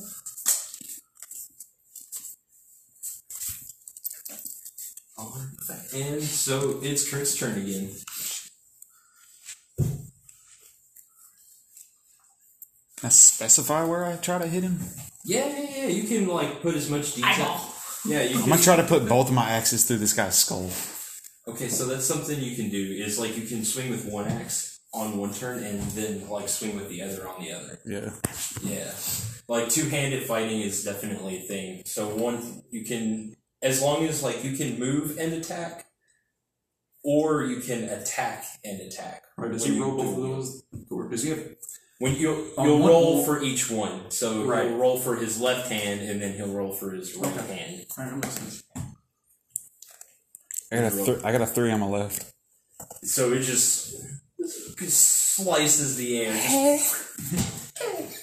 Speaker 1: And so it's Kurt's turn again.
Speaker 6: I specify where I try to hit him.
Speaker 1: Yeah, yeah, yeah. You can like put as much detail.
Speaker 5: Eyeball.
Speaker 1: Yeah,
Speaker 3: [laughs]
Speaker 1: you
Speaker 6: I'm
Speaker 1: can.
Speaker 6: gonna try to put both of my axes through this guy's skull.
Speaker 1: okay, so that's something you can do is like you can swing with one axe on one turn and then like swing with the other on the other.
Speaker 6: Yeah.
Speaker 1: Yeah. Like two handed fighting is definitely a thing. So one you can as long as like you can move and attack or you can attack and attack.
Speaker 3: right. Does
Speaker 1: When
Speaker 3: he
Speaker 1: you
Speaker 3: roll both of
Speaker 1: duel.
Speaker 3: those? Or does he have?
Speaker 1: When you
Speaker 3: On
Speaker 1: you'll
Speaker 3: one
Speaker 1: roll
Speaker 3: roll?
Speaker 1: for each one. So
Speaker 3: Right.
Speaker 1: he'll roll for his left hand and then he'll roll for his right
Speaker 3: Okay.
Speaker 1: hand.
Speaker 3: All right, that makes sense.
Speaker 6: I got a th- I got a three on my left.
Speaker 1: So it just slices the air. Just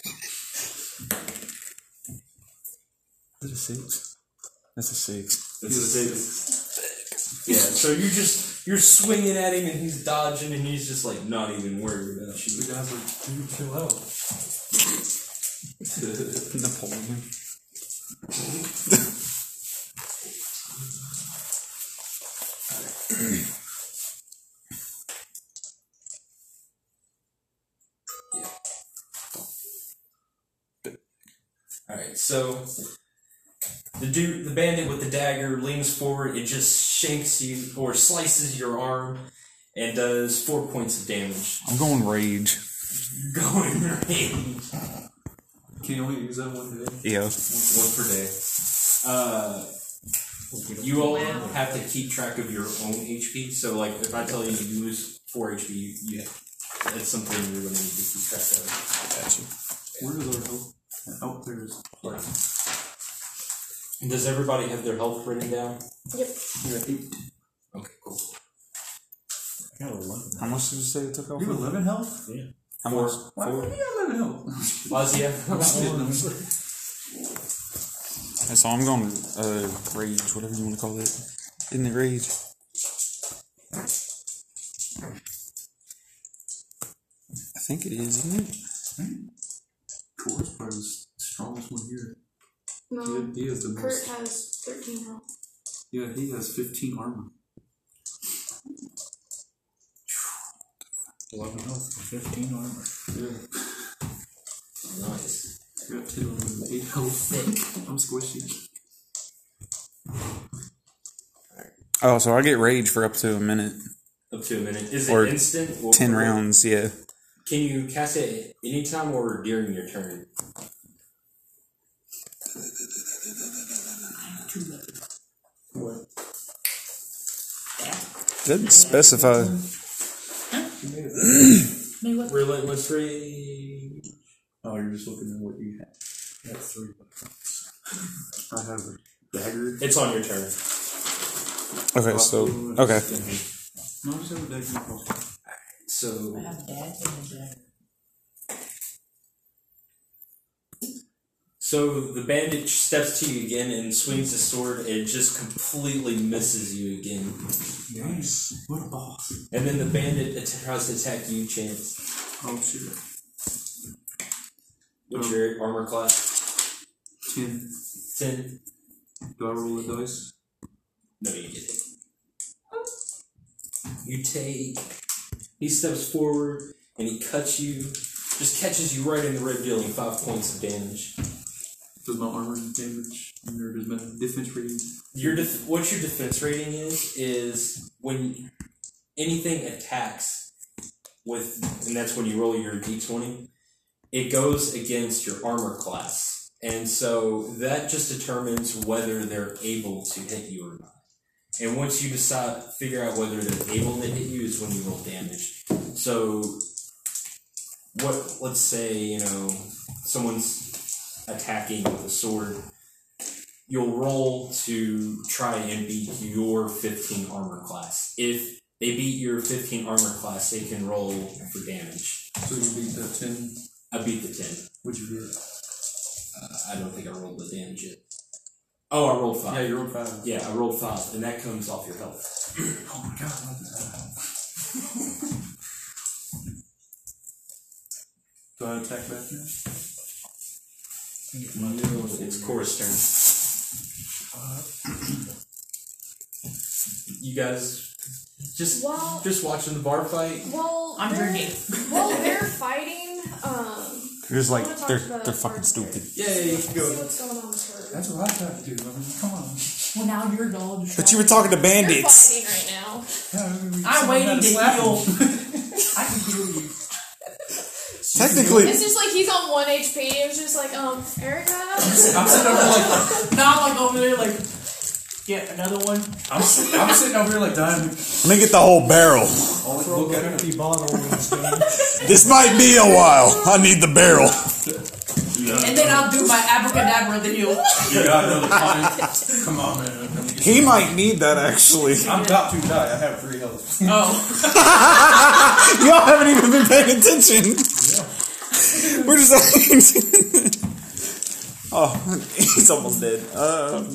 Speaker 6: That's a six. That's a six. [laughs]
Speaker 1: It's a six. Yeah, so you just you're swinging at him and he's dodging and he's just like not even worried about you.
Speaker 3: The guys are dude, chill out.
Speaker 6: Napoleon.
Speaker 1: All right, so the dude, the bandit with the dagger, leans forward. It just shanks you or slices your arm and does four points of damage. [laughs]
Speaker 6: I'm going rage.
Speaker 1: You're going rage.
Speaker 3: Can you only use that one today?
Speaker 6: Yeah.
Speaker 1: one per day. Uh, you all have to keep track of your own HP. So, like, if I tell you you lose four HP, you, you that's something you're going to need to keep track of.
Speaker 3: Where is our help? Out there is.
Speaker 1: And does everybody have their health written down?
Speaker 4: Yep.
Speaker 3: You're at eight.
Speaker 1: Okay, cool.
Speaker 12: I got 11.
Speaker 6: How much did you say it took off?
Speaker 3: You have eleven health.
Speaker 6: How much?
Speaker 3: Why do you got eleven health?
Speaker 1: [laughs] Lazia,
Speaker 6: So I'm going uh, rage, whatever you want to call it. Isn't it rage? I think it is, isn't it?
Speaker 3: Chorus part is the strongest one here.
Speaker 4: No.
Speaker 3: He, he has the
Speaker 4: Kurt
Speaker 3: most.
Speaker 4: has 13 health.
Speaker 3: Yeah, he has fifteen armor.
Speaker 12: 11 health and 15 armor.
Speaker 3: Yeah,
Speaker 1: nice.
Speaker 3: I got ten armor and eight health. I'm squishy.
Speaker 6: Oh, so I get rage for up to a minute.
Speaker 1: Up to a minute. Is it
Speaker 6: Or
Speaker 1: instant? Well,
Speaker 6: 10
Speaker 1: well,
Speaker 6: rounds, yeah.
Speaker 1: Can you cast it anytime or during your turn?
Speaker 6: Doesn't specify.
Speaker 5: Maybe what?
Speaker 1: Relentless rage.
Speaker 12: Oh, you're just looking at what you have. That's three.
Speaker 3: I have a dagger.
Speaker 1: It's on your turn.
Speaker 6: Okay, so. Okay.
Speaker 3: No, I just have a dagger. and a crossbow.
Speaker 5: I
Speaker 1: So
Speaker 5: have dads and a dad.
Speaker 1: so the bandit steps to you again and swings his sword and just completely misses you again.
Speaker 12: Nice.
Speaker 3: What a boss.
Speaker 1: And then the bandit att- tries to attack you, Chance.
Speaker 3: Oh shit.
Speaker 1: What's
Speaker 3: Um,
Speaker 1: your armor class?
Speaker 3: Ten.
Speaker 1: Ten.
Speaker 3: Do I roll the dice?
Speaker 1: No, you get it. You take. He steps forward and he cuts you. Just catches you right in the rib, dealing five points of damage.
Speaker 3: Does my armor damage, or does my defense rating?
Speaker 1: Your def- what your defense rating is is when anything attacks with, and that's when you roll your d20. It goes against your armor class, and so that just determines whether they're able to hit you or not. And once you decide, figure out whether they're able to hit you is when you roll damage. So, what? Let's say you know someone's attacking with a sword you'll roll to try and beat your 15 armor class. If they beat your 15 armor class, they can roll for damage.
Speaker 3: So you beat the 10.
Speaker 1: I beat the 10.
Speaker 3: What'd you get?
Speaker 1: Uh, I don't think I rolled the damage yet. Oh, I rolled 5.
Speaker 3: Yeah, you're on 5.
Speaker 1: Yeah, I rolled 5, and that comes off your health.
Speaker 3: Oh my god, what the hell? Do I attack back now?
Speaker 1: It's Cora's turn. Uh, [clears throat] You guys just
Speaker 4: While-
Speaker 1: just watching the bar fight.
Speaker 4: Well,
Speaker 5: I'm
Speaker 4: they're-
Speaker 5: drinking.
Speaker 4: Well, they're fighting. Um,
Speaker 6: There's like
Speaker 4: I wanna talk
Speaker 6: they're
Speaker 4: to the
Speaker 6: they're fucking
Speaker 4: first
Speaker 6: stupid.
Speaker 4: person.
Speaker 1: Yeah, yeah, you can
Speaker 4: See
Speaker 1: go.
Speaker 4: what's going on with her.
Speaker 3: That's what I tried to do. I mean, come on.
Speaker 5: Well, now you're dull. and
Speaker 6: But
Speaker 5: shy.
Speaker 6: you were talking to
Speaker 4: They're
Speaker 6: bandits.
Speaker 4: fighting right now.
Speaker 5: I'm waiting to heal.
Speaker 3: slap
Speaker 5: [laughs] I can heal you.
Speaker 6: Technically,
Speaker 4: It's just like he's on one HP. It was just like, um, Erica.
Speaker 12: I'm sitting over like
Speaker 5: Now I'm like over there, like, get another one.
Speaker 12: I'm, si- I'm sitting over here like dying.
Speaker 6: let me get the whole barrel.
Speaker 3: I'll like, look at her.
Speaker 7: Empty bottle in this
Speaker 3: [laughs]
Speaker 7: game.
Speaker 6: This might be a while. I need the barrel.
Speaker 5: And then I'll do my abracadabra to heal.
Speaker 12: You got another point. Come on, man. I'm gonna get-
Speaker 6: He might need that actually.
Speaker 12: I'm about to die. I have three health.
Speaker 5: Oh.
Speaker 6: [laughs]
Speaker 4: Oh.
Speaker 6: Y'all haven't even been paying attention. We're just like. [laughs] oh, he's almost dead. Um,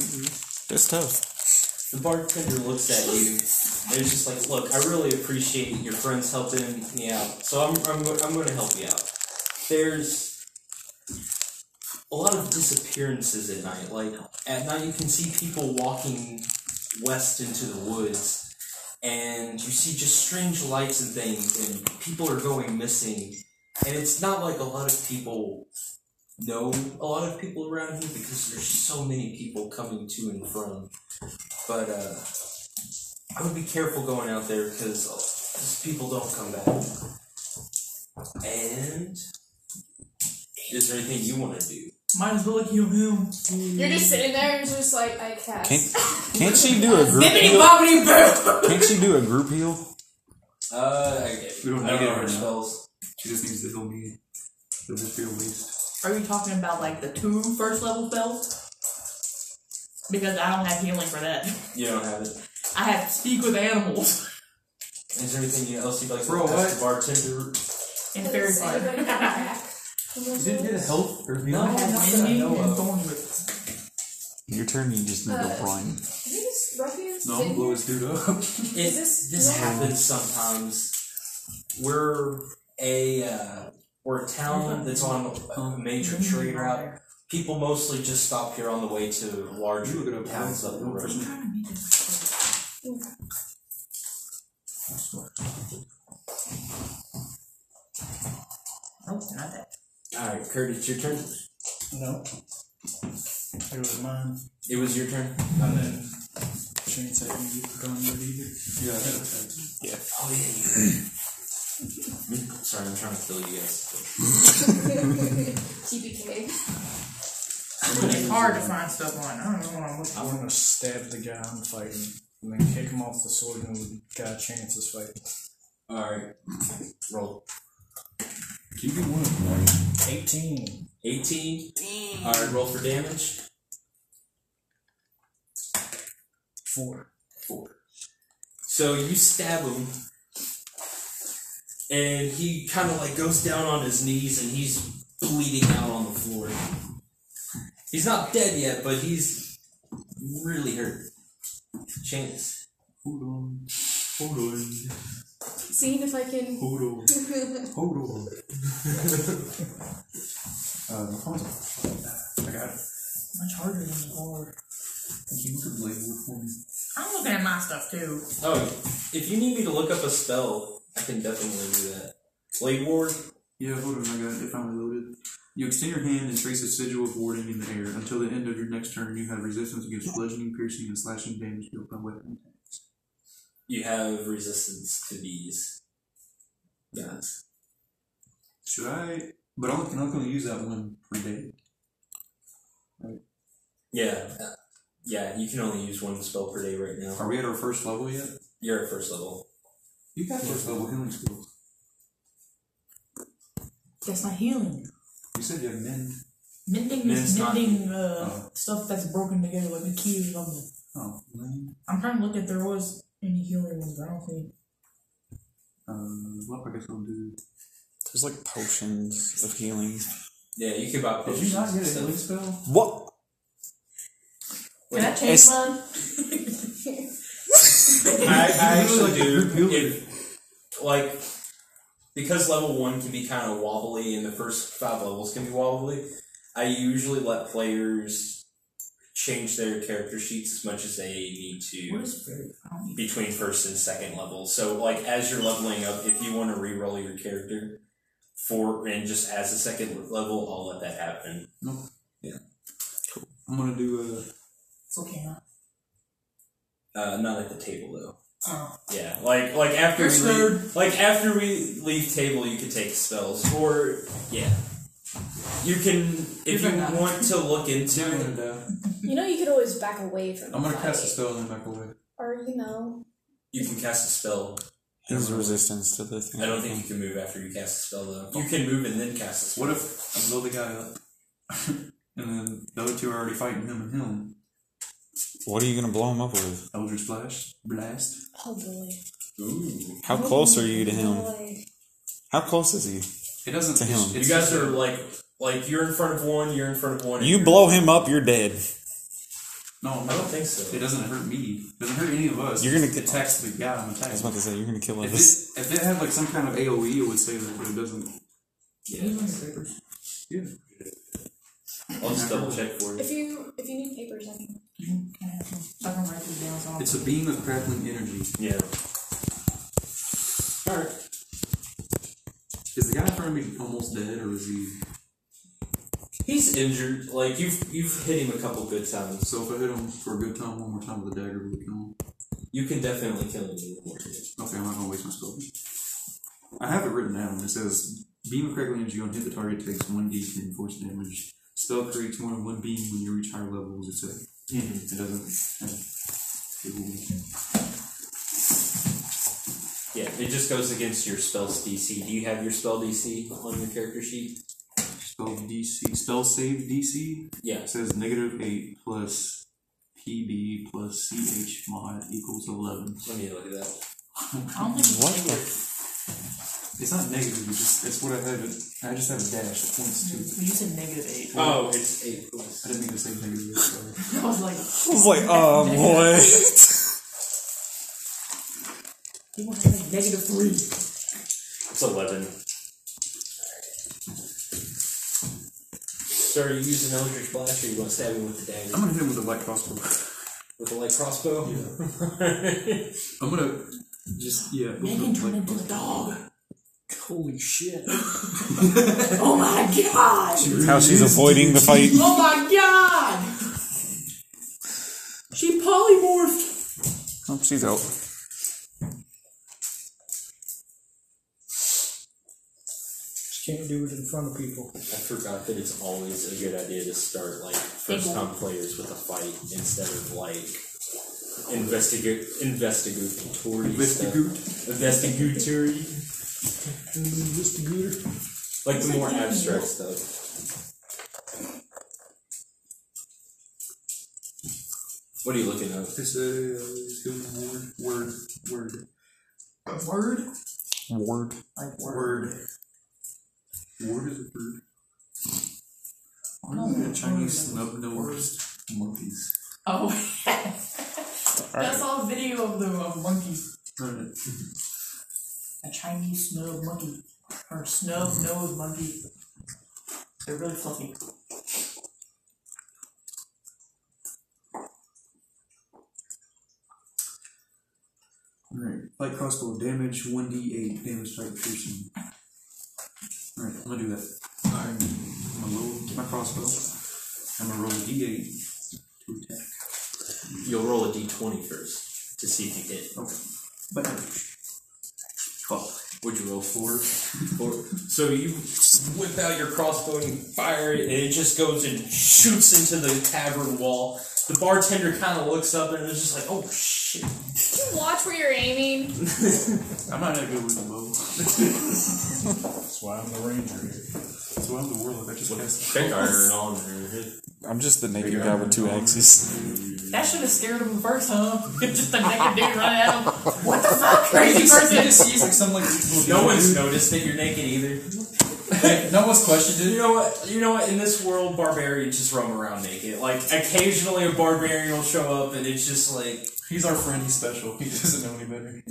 Speaker 6: that's tough.
Speaker 1: The bartender looks at you and is just like, "Look, I really appreciate your friends helping me out, so I'm I'm, go- I'm going to help you out." There's a lot of disappearances at night. Like at night, you can see people walking west into the woods, and you see just strange lights and things, and people are going missing. And it's not like a lot of people know a lot of people around here because there's so many people coming to and from but uh, I would be careful going out there because these people don't come back. And is there anything you want to do?
Speaker 5: Might as well heal him.
Speaker 4: You're just sitting there and just like, I cast.
Speaker 6: Can't can't she do a group?
Speaker 5: Bibbidi
Speaker 6: Heal?
Speaker 5: bobbidi boo!
Speaker 6: Can't she do a group heal?
Speaker 1: Uh, I get
Speaker 3: We don't
Speaker 1: I
Speaker 3: have
Speaker 1: get her
Speaker 3: it right now.
Speaker 1: spells.
Speaker 3: She just needs to heal me. It'll just be a waste.
Speaker 5: Are you talking about like the two first level spells? Because I don't have healing for that.
Speaker 1: You don't have it.
Speaker 5: I have speak with animals
Speaker 1: Is there anything you- else you'd like
Speaker 3: Bro,
Speaker 1: to ask the bartender?
Speaker 5: and fairy
Speaker 4: Does [laughs] anybody come
Speaker 5: fire.
Speaker 4: back from
Speaker 3: [laughs]
Speaker 4: those
Speaker 3: You didn't get a
Speaker 4: woods?
Speaker 3: health or
Speaker 1: No.
Speaker 5: I have
Speaker 1: I
Speaker 5: Mindy
Speaker 1: know
Speaker 5: and
Speaker 1: of.
Speaker 5: thorn roots.
Speaker 6: Your turn. You just need to
Speaker 4: Uh,
Speaker 6: run.
Speaker 4: Are you just ruffians
Speaker 3: No,
Speaker 4: sitting
Speaker 3: blow
Speaker 4: here?
Speaker 3: his dude up. [laughs]
Speaker 1: It,
Speaker 4: this-
Speaker 1: this
Speaker 4: no.
Speaker 1: happens sometimes. We're a uh, we're a town that's on a major trade route. People mostly just stop here on the way to
Speaker 3: You look
Speaker 1: larger
Speaker 3: it up.
Speaker 1: towns up the road.
Speaker 5: Oh, not that.
Speaker 1: Alright, Kurt, it's your turn.
Speaker 12: No. It was mine.
Speaker 1: It was your turn.
Speaker 12: And then she ain't taking me to the gun yet either.
Speaker 3: Yeah.
Speaker 1: Oh yeah, you Sorry, I'm trying to kill you guys.
Speaker 4: [laughs] TPK.
Speaker 5: It's hard to find stuff on. I don't know what I'm looking
Speaker 12: I'm gonna stab the guy I'm fighting and then kick him off the sword and we got a chance this fight.
Speaker 1: Alright. Roll.
Speaker 3: Can you get one of them? right?
Speaker 12: 18.
Speaker 1: Eighteen. Alright, roll for damage.
Speaker 12: 4.
Speaker 1: Four. So you stab him and he kinda like goes down on his knees and he's bleeding out on the floor. He's not dead yet, but he's really hurt. Chance.
Speaker 3: Hold on. Hold on.
Speaker 4: Seeing if I can.
Speaker 3: Hold on. Hold on. [laughs] uh, my phone's on. I got it.
Speaker 5: Much harder than the hard.
Speaker 3: Can you look at the label for me?
Speaker 5: I'm looking at my my stuff too.
Speaker 1: Oh, if you need me to look up a spell, I can definitely do that. Blade Ward.
Speaker 3: Yeah, hold on, I got it. I finally loaded. You extend your hand and trace a sigil of warding in the air. Until the end of your next turn, you have resistance against bludgeoning, piercing, and slashing damage dealt by weapon.
Speaker 1: You have resistance to these. Yes.
Speaker 3: Should I? But I can only use that one per day.
Speaker 1: Yeah. uh, Yeah, you can only use one spell per day right now.
Speaker 3: Are we at our first level yet?
Speaker 1: You're at first level.
Speaker 3: You got first level healing skills.
Speaker 5: That's not healing.
Speaker 3: You said you have mend.
Speaker 5: Mending
Speaker 1: Mend's
Speaker 5: is
Speaker 1: not-
Speaker 5: mending uh,
Speaker 3: Oh.
Speaker 5: stuff that's broken together, like the key or something.
Speaker 3: Oh, lame.
Speaker 5: I'm trying to look if there was any healing ones, but I don't think.
Speaker 3: Um, well, I guess I'll do.
Speaker 6: There's like potions of healing.
Speaker 1: Yeah, you can buy
Speaker 3: Did you
Speaker 1: potions.
Speaker 3: not
Speaker 1: and
Speaker 3: get a
Speaker 1: stuff.
Speaker 3: healing spell?
Speaker 6: What?
Speaker 5: Can I change
Speaker 6: It's-
Speaker 5: mine?
Speaker 1: I, I
Speaker 3: [laughs]
Speaker 1: actually
Speaker 3: Like a
Speaker 1: do.
Speaker 3: good
Speaker 1: If, like, because level one can be kind of wobbly, and the first five levels can be wobbly, I usually let players change their character sheets as much as they need
Speaker 5: What
Speaker 1: to
Speaker 5: is fairy? I don't even-
Speaker 1: between first and second level. So, like, as you're leveling up, if you want to re-roll your character for and just as a second level, I'll let that happen.
Speaker 3: No. Yeah. I'm gonna do a.
Speaker 5: It's okay. Huh?
Speaker 1: Uh, not at the table though.
Speaker 5: Oh.
Speaker 1: Yeah, like like after
Speaker 5: You're
Speaker 1: we
Speaker 5: screwed.
Speaker 1: leave, like after we leave table, you can take spells, or yeah, you can if you
Speaker 5: You're not.
Speaker 1: want to look into
Speaker 3: I'm
Speaker 1: it.
Speaker 3: gonna die.
Speaker 4: [laughs] You know you could always back away from
Speaker 3: I'm gonna
Speaker 4: the
Speaker 3: cast a
Speaker 4: fight.
Speaker 3: spell and then back away.
Speaker 4: Or, you know,
Speaker 1: You can cast a spell.
Speaker 6: His resistance to the thing.
Speaker 1: I don't think you can move after you cast a spell though. You can move and then cast a spell.
Speaker 3: What if I blow the guy up, [laughs] and then the other two are already fighting him and him?
Speaker 6: What are you gonna blow him up with?
Speaker 3: Eldritch blast, blast.
Speaker 4: oh boy.
Speaker 1: Ooh.
Speaker 6: How close are you to him?
Speaker 4: Boy.
Speaker 6: How close is he?
Speaker 3: It doesn't.
Speaker 6: To
Speaker 3: it's-
Speaker 6: him.
Speaker 3: It's,
Speaker 1: You guys are like like you're in front of one, you're in front of one. and
Speaker 6: You
Speaker 1: you're-
Speaker 6: blow him up, you're dead.
Speaker 3: No,
Speaker 1: I don't
Speaker 3: no.
Speaker 1: think
Speaker 3: It
Speaker 1: so.
Speaker 3: doesn't hurt me. It doesn't hurt any of us.
Speaker 6: You're gonna
Speaker 3: it
Speaker 6: get-
Speaker 3: attacks the guy. I'm
Speaker 6: I
Speaker 3: attacking.
Speaker 6: was about to say you're gonna kill [laughs]
Speaker 3: If
Speaker 6: us.
Speaker 3: it, if it had like some kind of AOE, it would say that, but it doesn't. Yeah.
Speaker 1: I'll just double check for you.
Speaker 4: If you if you need papers, I can.
Speaker 5: Can I have some? I can write this down. So I'll-
Speaker 3: It's a beam of crackling energy.
Speaker 1: Yeah. All right.
Speaker 3: Is the guy in front of me almost dead, or is he?
Speaker 1: He's injured. Like you've you've hit him a couple good times.
Speaker 3: So if I hit him for a good time one more time with a dagger, will we kill him?
Speaker 1: You can definitely kill him. with one hit.
Speaker 3: Okay, I'm not gonna waste my spell. I have it written down. It says beam of crackling energy on hit the target takes one d10 force damage. Spell creates more than one beam when you reach higher levels. It's a, It doesn't. It will-
Speaker 1: Yeah, it just goes against your spell's DC. Do you have your spell DC on your character sheet?
Speaker 3: spell DC. Spell save DC.
Speaker 1: Yeah.
Speaker 3: It says negative 8 plus PB plus CH mod equals 11.
Speaker 1: Let me look at that.
Speaker 5: I don't think it's
Speaker 6: What the
Speaker 5: negative.
Speaker 3: It's not negative, it's just it's what I have. It, I just have a dash that points to it.
Speaker 5: But you said negative eight. [laughs]
Speaker 1: Oh, it's eight plus.
Speaker 3: I didn't mean to say negative. eight, Sorry.
Speaker 5: I was like,
Speaker 6: I was like, oh boy.
Speaker 5: you want to have negative three.
Speaker 1: It's eleven. So are you using Eldritch Blast or you want to stab him with the
Speaker 3: [laughs] I'm
Speaker 1: dagger?
Speaker 3: gonna hit him with a light crossbow.
Speaker 1: With a light crossbow? [laughs] Yeah.
Speaker 3: I'm gonna just, yeah. with
Speaker 5: Megan
Speaker 3: the
Speaker 5: turned
Speaker 3: light
Speaker 5: into a
Speaker 3: crossbow.
Speaker 5: dog.
Speaker 1: Holy shit.
Speaker 5: [laughs] Oh my god!
Speaker 6: That's [laughs] how she's avoiding the fight.
Speaker 5: Oh my god! She polymorphed.
Speaker 6: Oh, she's out.
Speaker 7: Just can't do it in front of people.
Speaker 1: I forgot that it's always a good idea to start like first time players with a fight instead of like investigate investigatory stuff. Investigatory. Like the more abstract stuff. What are you looking at?
Speaker 3: It's a uh, word, word, word,
Speaker 5: A word?
Speaker 6: Ward.
Speaker 5: Like
Speaker 3: word. Word is a bird. Why
Speaker 5: No,
Speaker 3: are there
Speaker 5: no,
Speaker 3: Chinese
Speaker 5: no,
Speaker 3: snub-nosed monkeys?
Speaker 5: Oh. [laughs] I saw a video of the of monkeys.
Speaker 3: Alright.
Speaker 5: A Chinese snub monkey. Or snub nosed monkey. They're really fluffy.
Speaker 3: Light crossbow damage, 1d8 damage type piercing. Alright, I'm gonna do that. Alright. I'm gonna roll my crossbow. I'm gonna roll a d8 to attack.
Speaker 1: You'll roll a d20 first to see if you hit.
Speaker 3: Okay. But average. 12.
Speaker 1: Would you roll four? four. So you whip out your crossbow and you fire it, and it just goes and shoots into the tavern wall. The bartender kind of looks up and is just like, "Oh shit!"
Speaker 4: Did you watch where you're aiming?
Speaker 3: I'm not that good with the [laughs] bow.
Speaker 12: That's why I'm the ranger here.
Speaker 3: That's why I'm the warlock. I just cast.
Speaker 1: Check iron on her.
Speaker 6: I'm just the naked guy with two axes.
Speaker 5: That should have scared him first, huh? [laughs] Just a naked dude running at him. What the fuck, crazy person?
Speaker 2: just sees like some like little
Speaker 1: No
Speaker 2: dude.
Speaker 1: one's noticed that you're naked either.
Speaker 2: Like, no one's questioned
Speaker 1: You
Speaker 2: it.
Speaker 1: know what? You know what? In this world, barbarians just roam around naked. Like occasionally, a barbarian will show up, and it's just like
Speaker 2: He's our friend. He's special. He doesn't know any better.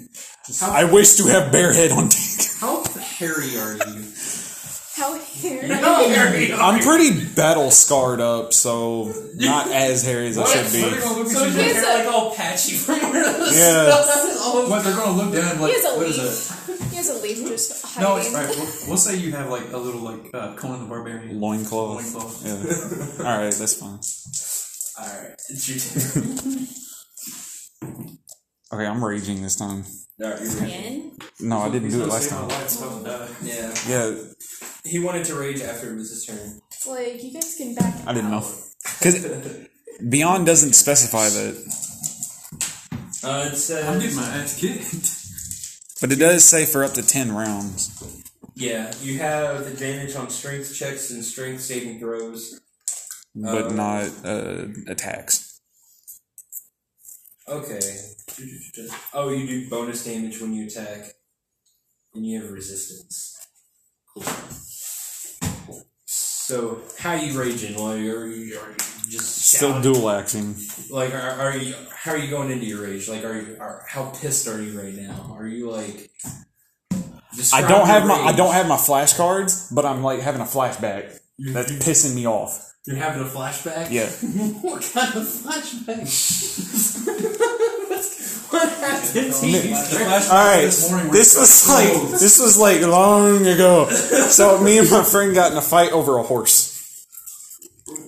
Speaker 6: I wish to have bare head on deck.
Speaker 1: How hairy are you?
Speaker 3: [laughs]
Speaker 4: How hairy?
Speaker 6: I'm pretty battle scarred up, so not as hairy as I should
Speaker 2: So they're
Speaker 6: be.
Speaker 2: gonna look
Speaker 1: So
Speaker 2: at
Speaker 1: is
Speaker 2: you.
Speaker 1: your hair like all patchy from where the
Speaker 6: Yeah.
Speaker 1: stuff is all
Speaker 2: What they're gonna look down and be
Speaker 4: He
Speaker 2: like?
Speaker 4: has a
Speaker 2: What is
Speaker 4: leaf.
Speaker 2: that?
Speaker 4: He has a leaf just hiding.
Speaker 2: No,
Speaker 3: Alright, we'll, we'll say you have like a little like uh, Conan the Barbarian
Speaker 6: Loincloth.
Speaker 3: loincloth.
Speaker 6: Yeah. Alright, that's fine.
Speaker 1: Alright, it's your turn.
Speaker 6: Okay, I'm raging this time.
Speaker 1: Alright, you're right.
Speaker 4: Again?
Speaker 6: No, I didn't do it last
Speaker 3: Save my
Speaker 6: time.
Speaker 3: life, so I don't die.
Speaker 1: Yeah.
Speaker 6: Yeah,
Speaker 1: He wanted to rage after it was his turn.
Speaker 4: It's like, you guys can back
Speaker 6: I didn't [laughs]
Speaker 4: out.
Speaker 6: know. Because Beyond doesn't specify that,
Speaker 1: Uh, it says.
Speaker 3: I'm getting my ass kicked.
Speaker 6: but it does say for up to 10 rounds.
Speaker 1: yeah, you have advantage on strength checks and strength saving throws.
Speaker 6: But
Speaker 1: Um,
Speaker 6: not uh, attacks.
Speaker 1: Okay. Oh, you do bonus damage when you attack, and you have resistance. Cool. So, how you raging? Like, are you, are you just
Speaker 6: Still
Speaker 1: shouting?
Speaker 6: dual axing.
Speaker 1: Like, are, are you? How are you going into your rage? Like, are you? Are, how pissed are you right now? Are you like?
Speaker 6: I
Speaker 1: describe
Speaker 6: don't
Speaker 1: your
Speaker 6: have my I
Speaker 1: rage.
Speaker 6: don't have my flashcards, but I'm like having a flashback. That's pissing me off.
Speaker 1: You're having a flashback.
Speaker 6: Yeah.
Speaker 1: [laughs] what kind of flashback? [laughs] what happened to you?
Speaker 6: All right. This was like this was like long [laughs] ago. So me and my friend got in a fight over a horse.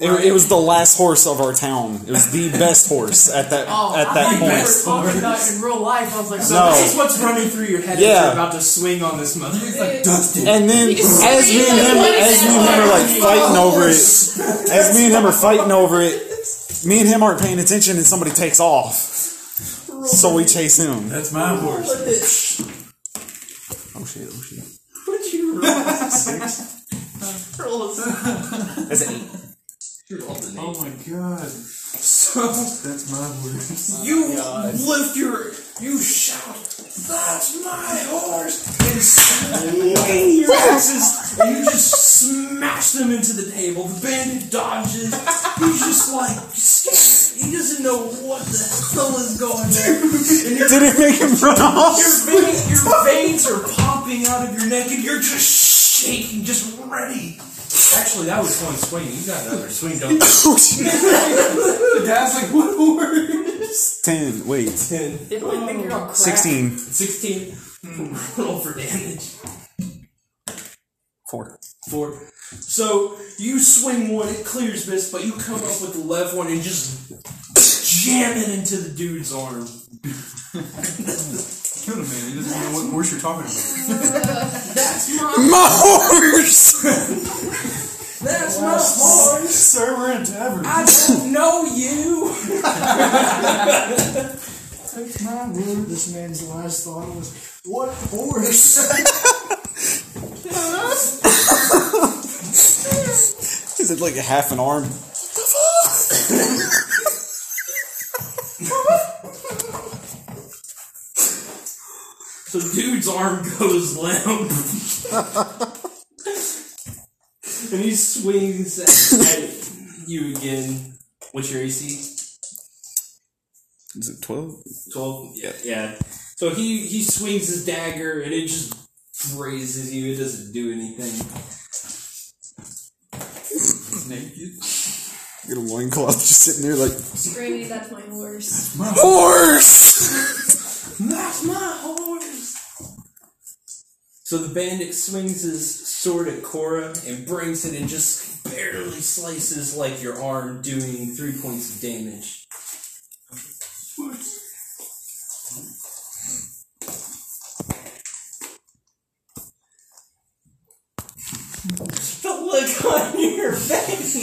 Speaker 6: It, it was the last horse of our town. It was the best horse at that
Speaker 5: Oh,
Speaker 6: at
Speaker 5: I
Speaker 6: that
Speaker 5: thought you
Speaker 6: point.
Speaker 5: were talking about in real life. I was like,
Speaker 1: So
Speaker 6: No.
Speaker 1: this is what's running through your head as
Speaker 6: Yeah.
Speaker 1: you're about to swing on this mother.
Speaker 6: And then
Speaker 4: just
Speaker 6: as me and
Speaker 4: screamed,
Speaker 6: him
Speaker 4: "What is
Speaker 6: as me and him are like fighting over it, as me and him are fighting over it, me and him aren't paying attention, and somebody takes off. So we chase him.
Speaker 3: That's my horse.
Speaker 6: Oh shit! Oh shit!
Speaker 1: What'd you roll?
Speaker 3: Six.
Speaker 6: That's an eight.
Speaker 1: You rolled an eight.
Speaker 3: Oh my god.
Speaker 1: So
Speaker 3: That's my horse.
Speaker 1: you lift your, you shout, "That's my horse!" and swing your axes, and you just smash them into the table. The bandit dodges. He's just like scared. He doesn't know what the hell is going on. And your,
Speaker 6: Did it make him run off?
Speaker 1: your, veins, your veins are popping out of your neck, and you're just shaking, just ready. Actually, that was one swing. You got another swing, don't you?
Speaker 3: The guy's like, what horse?
Speaker 6: Ten. Wait.
Speaker 5: they don't think you're gonna crack.
Speaker 6: Sixteen.
Speaker 1: 16 [laughs] roll for damage.
Speaker 6: Four.
Speaker 1: Four. So you swing one, it clears this, but you come up with the left one and just jam it into the dude's arm.
Speaker 3: Killed him, man. He doesn't know what horse you're talking about.
Speaker 1: That's my
Speaker 6: My horse.
Speaker 1: that's my horse.
Speaker 2: Sir, we're in tavern.
Speaker 1: I don't know you.
Speaker 7: That's my word. This man's last thought was, "What [laughs] horse?"
Speaker 6: [laughs] Is it like a half an arm?
Speaker 1: So dude's arm goes limp.
Speaker 6: [laughs]
Speaker 1: and he swings at you again. What's your AC?
Speaker 6: Is it twelve?
Speaker 1: 12 yeah yeah so he he swings his dagger and it just grazes you it doesn't do anything
Speaker 6: Get a loincloth just sitting there like
Speaker 4: Granny, that's my horse.
Speaker 6: horse.
Speaker 1: that's my horse So the bandit swings his sword at Cora and brings it and just barely slices like your arm, doing three points of damage. The look on your face.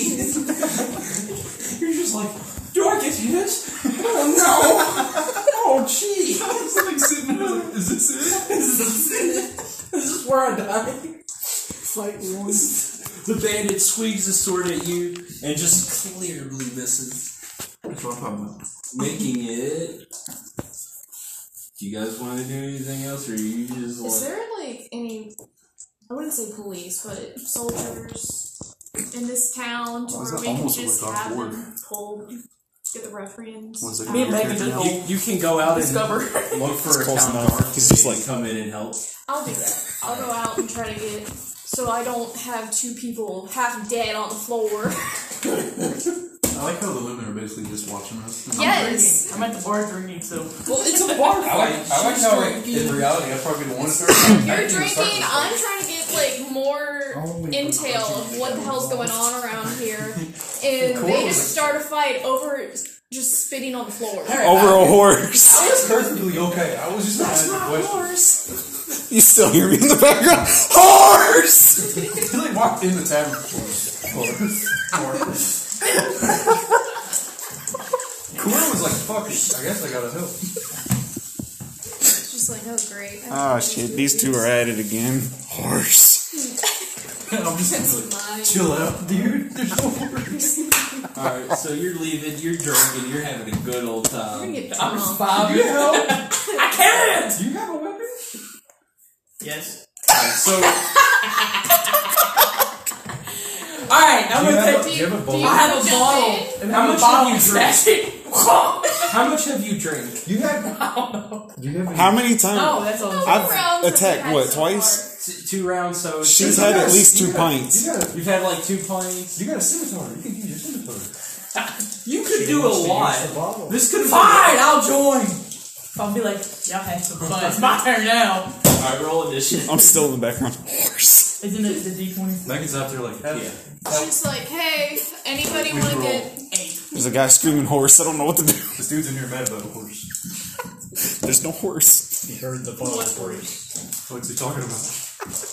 Speaker 1: You're just like, do I get hit? Oh no! Oh
Speaker 3: [laughs]
Speaker 1: gee!
Speaker 3: like sitting there, like, is this it?
Speaker 1: This [laughs] is this is where I die.
Speaker 7: Fight one.
Speaker 1: The bandit swings his sword at you and just clearly misses,
Speaker 3: That's what I'm talking about.
Speaker 1: making it. Do you guys want to do anything else, or are you just
Speaker 4: Is
Speaker 1: like?
Speaker 4: there like any? I wouldn't say police, but soldiers in this town
Speaker 3: Well, it's
Speaker 4: where we can
Speaker 3: almost
Speaker 4: just
Speaker 3: like our
Speaker 4: have
Speaker 3: ward.
Speaker 4: them pulled, get the reference.
Speaker 3: One second.
Speaker 5: Me and Megan
Speaker 3: Okay,
Speaker 5: just
Speaker 3: now-
Speaker 5: both
Speaker 1: You, you can go out and
Speaker 5: discover.
Speaker 1: look for a
Speaker 6: close
Speaker 1: town
Speaker 6: enough.
Speaker 1: guard.
Speaker 6: He's just
Speaker 1: and
Speaker 6: like-
Speaker 1: come in and help. [laughs]
Speaker 4: I'll do that. I'll go out and try to get so I don't have two people half dead on
Speaker 3: [laughs]
Speaker 4: the floor.
Speaker 3: I like how the women are basically just watching us.
Speaker 4: yes.
Speaker 5: I'm at the bar drinking, so
Speaker 1: Well, it's a bar
Speaker 2: I like, I like how like, in reality, I'd probably be the one to start.
Speaker 4: You're drinking. I'm trying to get like more intel of what the hell's going
Speaker 3: [laughs]
Speaker 4: on around here, and they just start a fight over just spitting on the floor.
Speaker 6: Over a horse.
Speaker 2: That's perfectly okay. I was just asking a question.
Speaker 6: You still hear me in the background? Horse!
Speaker 2: He like walked in the tavern. Cora was like, "Fuck it, I guess I gotta help."
Speaker 4: It's just like, oh great.
Speaker 6: Oh shit, these two are at it again. Horse.
Speaker 2: I'm just
Speaker 4: That's mine.
Speaker 2: chill out, dude.
Speaker 1: [laughs] All right, so you're leaving. You're drinking. You're having a good old
Speaker 4: We're
Speaker 1: time.
Speaker 4: gonna get drunk.
Speaker 2: Bob, you help.
Speaker 1: Do you have a weapon?
Speaker 12: Yes.
Speaker 1: [laughs] So
Speaker 5: all right. I'm
Speaker 2: You
Speaker 5: gonna
Speaker 2: have
Speaker 5: take.
Speaker 2: a- you have a
Speaker 4: Do you
Speaker 2: ball.
Speaker 5: I have a
Speaker 4: jump
Speaker 5: bottle.
Speaker 1: And
Speaker 5: And
Speaker 1: how
Speaker 5: how
Speaker 1: much
Speaker 5: much
Speaker 1: have
Speaker 5: bottle
Speaker 1: you
Speaker 5: you
Speaker 1: drank?
Speaker 5: no,
Speaker 1: [laughs] how much have you drank?
Speaker 2: You have.
Speaker 3: Do you have any-
Speaker 6: How many times?
Speaker 5: that's all.
Speaker 6: I've
Speaker 4: Rounds have
Speaker 6: attacked,
Speaker 4: we had
Speaker 6: what,
Speaker 4: so
Speaker 6: twice?
Speaker 4: far?
Speaker 1: T- two rounds. So
Speaker 6: She's had at least two
Speaker 2: you got-
Speaker 6: pints.
Speaker 2: You got a,
Speaker 1: You've had like two pints.
Speaker 2: you got a scimitar. You can use your scimitar.
Speaker 1: You could do a
Speaker 2: Use the
Speaker 1: lot.
Speaker 2: bottle.
Speaker 1: This could
Speaker 5: Fine, I'll join. I'll be like, y'all had [laughs] some fun. It's my turn now.
Speaker 1: All right, roll initiative. [laughs]
Speaker 6: I'm still in the background. Horse.
Speaker 5: Isn't it the D20?
Speaker 3: Megan's out there like,
Speaker 1: Yeah. [laughs]
Speaker 4: She's like, hey, anybody want to get?
Speaker 6: There's a guy screaming horse. I don't know what to do. [laughs]
Speaker 3: this dude's in here mad about a horse.
Speaker 6: There's no horse. [laughs]
Speaker 12: He heard the bottle break.
Speaker 3: What's he talking about?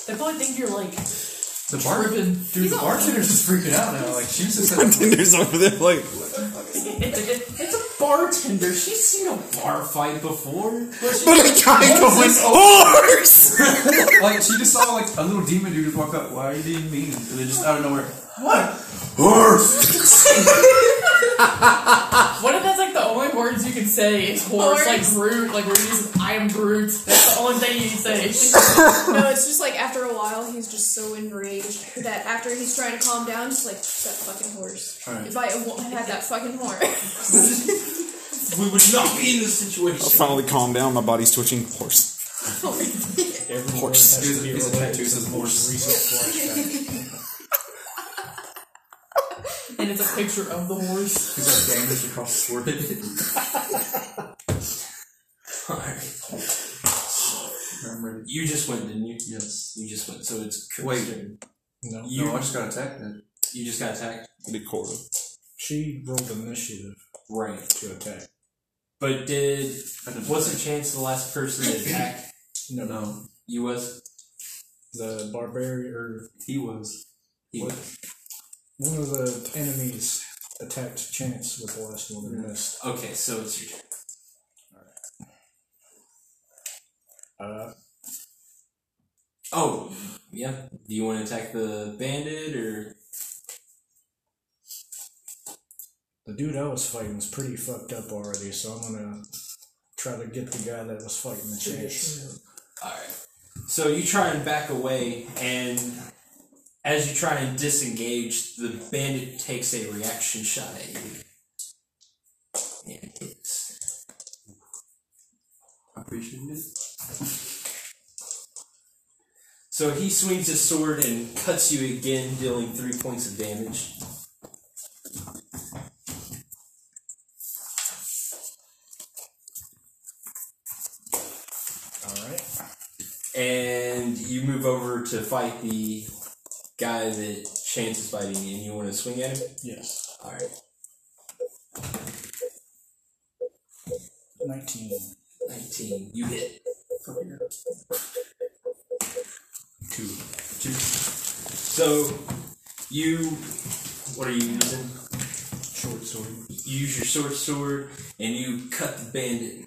Speaker 5: They probably think you're like [laughs]
Speaker 3: The bar-
Speaker 5: tripping.
Speaker 3: dude, the bartender's just freaking out now. Like, she was just like,
Speaker 6: [laughs] Bartender's over there like,
Speaker 5: it's a
Speaker 1: Bartender. She's seen a bar fight before.
Speaker 6: but a guy going, horse!
Speaker 3: [laughs] like she just saw like a little demon dude just walk up. Why are you being mean? And then just out of nowhere, [laughs]
Speaker 6: Horse!
Speaker 5: What if that's like the only words you can say [laughs] is
Speaker 4: Horse.
Speaker 5: horse, like Groot, like we're using I am Groot. That's the only thing you can [laughs] say.
Speaker 4: No, it's just like after a while, he's just so enraged that after he's trying to calm down, he's like, that fucking horse.
Speaker 3: Alright.
Speaker 4: If I wa- had that fucking horse.
Speaker 1: We would not be in this situation.
Speaker 6: Finally calm down, my body's twitching. Horse.
Speaker 12: Every
Speaker 6: Horse.
Speaker 12: word has to
Speaker 3: Here's a-
Speaker 12: be
Speaker 3: here's a
Speaker 12: related
Speaker 3: tattoo
Speaker 12: to
Speaker 3: says
Speaker 12: the most recent flashback.
Speaker 5: and it's a picture of the horse. [laughs]
Speaker 3: he's like damaged across the sword. I'm ready.
Speaker 1: You just went, didn't you?
Speaker 3: Yes.
Speaker 1: You just went. So it's Kurt's
Speaker 3: Wait.
Speaker 1: turn.
Speaker 12: No,
Speaker 1: You-
Speaker 3: no, I just got attacked. Then.
Speaker 1: You just got attacked.
Speaker 6: Be cool.
Speaker 12: she rolled initiative
Speaker 1: Right.
Speaker 12: to attack.
Speaker 1: But did
Speaker 3: I didn't.
Speaker 1: wasn't Chance the last person to attack?
Speaker 12: No, no.
Speaker 3: [clears throat] No,
Speaker 1: You was.
Speaker 12: The barbarian or
Speaker 3: he was.
Speaker 1: He was.
Speaker 12: one of the enemies attacked Chance with the last one and missed.
Speaker 1: Okay, so it's your turn.
Speaker 12: Uh,
Speaker 1: Oh, yeah. Do you want to attack the bandit or?
Speaker 12: the dude I was fighting was pretty fucked up already, so I'm gonna try to get the guy that was fighting the Chance.
Speaker 1: Alright. So you try and back away, and as you try and disengage, the bandit takes a reaction shot at you. And hits.
Speaker 3: I appreciate it.
Speaker 1: So he swings his sword and cuts you again, dealing three points of damage.
Speaker 12: Alright.
Speaker 1: And you move over to fight the guy that Chance is fighting, and you want to swing at him?
Speaker 12: Yes.
Speaker 1: All right.
Speaker 12: 19.
Speaker 1: 19. You hit.
Speaker 12: Two.
Speaker 1: Two. So, you. What are you using?
Speaker 12: Short sword.
Speaker 1: You use your short sword and you cut the bandit.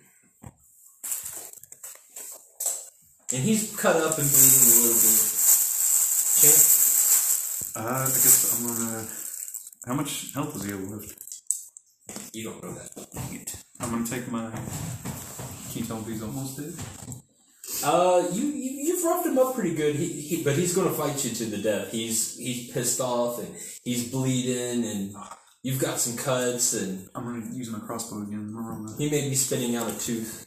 Speaker 1: And he's cut up and bleeding a little bit. Chance?
Speaker 3: Uh, I guess I'm gonna. How much health does he have left?
Speaker 1: You don't know that.
Speaker 3: I'm gonna take my. Can you tell if he's almost dead?
Speaker 1: Uh, you, you you've roughed him up pretty good. He, he but he's gonna fight you to the death. He's he's pissed off and he's bleeding and you've got some cuts and
Speaker 3: I'm gonna use my crossbow again. I'm gonna roll that.
Speaker 1: he may be spitting out a tooth.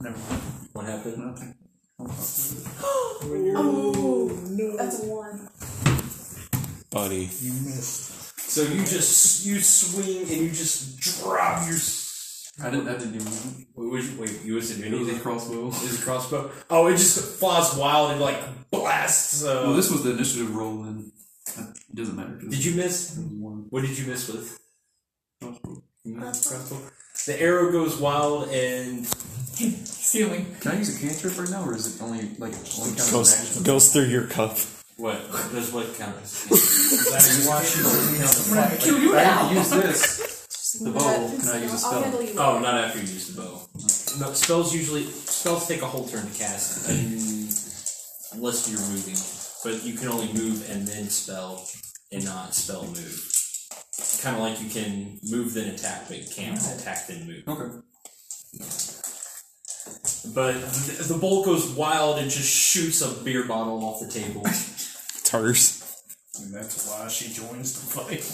Speaker 12: Never mind.
Speaker 1: What happened?
Speaker 3: Nothing.
Speaker 5: Oh, no. That's a one.
Speaker 6: buddy.
Speaker 12: You missed.
Speaker 1: So you just you swing and you just drop your. s-
Speaker 3: I didn't. I didn't do anything.
Speaker 1: Wait, wait, wait you was
Speaker 3: It was a
Speaker 1: it
Speaker 3: [laughs] crossbow.
Speaker 1: is a crossbow? Oh, it just flies wild and like blasts. Uh,
Speaker 3: Well, this was the initiative roll, and it doesn't matter.
Speaker 1: did you miss?
Speaker 3: One
Speaker 1: What did you miss with?
Speaker 3: crossbow.
Speaker 1: Crossbow. The arrow goes wild and
Speaker 5: Ceiling.
Speaker 3: Can I use a cantrip right now, or is it only like only counts as an
Speaker 6: Goes,
Speaker 3: action?
Speaker 6: goes through your cup.
Speaker 1: what? Does what count [laughs] as?
Speaker 5: We're not gonna kill you
Speaker 3: I have
Speaker 5: now.
Speaker 3: to [laughs] use this. The bow. Can I use a
Speaker 4: I'll
Speaker 3: spell?
Speaker 4: handle you.
Speaker 1: oh, not after you use the bow. No, spells usually spells take a whole turn to cast, um, unless you're moving. But you can only move and then spell, and not spell move. Kind of like you can move then attack, but you can't attack then move.
Speaker 3: Okay.
Speaker 1: But th- the bolt goes wild and just shoots a beer bottle off the table.
Speaker 6: Tars.
Speaker 12: And that's why she joins the fight.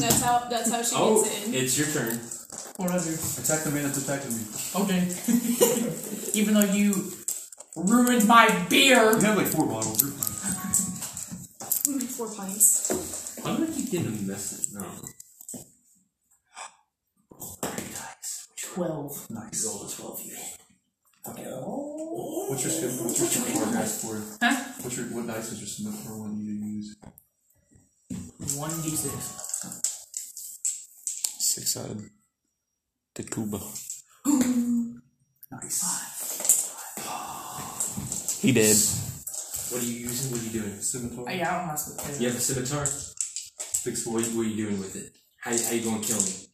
Speaker 4: That's how. That's how she
Speaker 1: oh,
Speaker 4: gets in.
Speaker 1: it's your turn.
Speaker 5: What do I do?
Speaker 3: Attack the man that's attacking me.
Speaker 5: Okay. [laughs] Even though you ruined my beer.
Speaker 3: We have like four bottles. You're fine. Oh.
Speaker 4: Four pints.
Speaker 1: How did you get a message? No. Roll three dice.
Speaker 5: Twelve.
Speaker 1: Nice. Roll a twelve. You hit.
Speaker 3: What's your skill? What's your skill for dice for?
Speaker 5: Huh?
Speaker 3: What's your what dice is your skill for one you to use?
Speaker 5: One d six.
Speaker 6: Six sided. The Cuba.
Speaker 3: Nice.
Speaker 6: He did.
Speaker 1: What are you using? What are you doing?
Speaker 3: Scimitar.
Speaker 5: Oh, yeah, I don't have to
Speaker 1: You have a scimitar. Fix what? What are you doing with it? How, how you gonna kill me?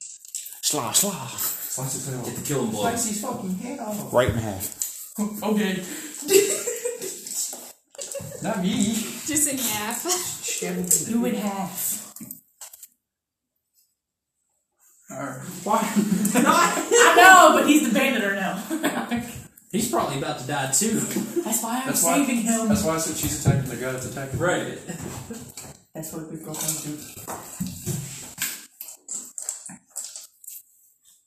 Speaker 6: Sla sla.
Speaker 3: Slice his head
Speaker 1: Hit
Speaker 3: off.
Speaker 1: the killing blow.
Speaker 5: Slice his fucking head off.
Speaker 6: Right in half.
Speaker 5: [laughs] Okay.
Speaker 3: Not me.
Speaker 4: Just in half. [laughs]
Speaker 5: Do it half.
Speaker 3: [laughs]
Speaker 5: [laughs] I know, but he's the banditor now.
Speaker 1: He's probably about to die too. [laughs]
Speaker 5: That's why I'm
Speaker 3: That's why-
Speaker 5: saving him.
Speaker 3: That's why I said she's attacking the guy that's attacking. me.
Speaker 1: Right.
Speaker 5: That's what we're going to do.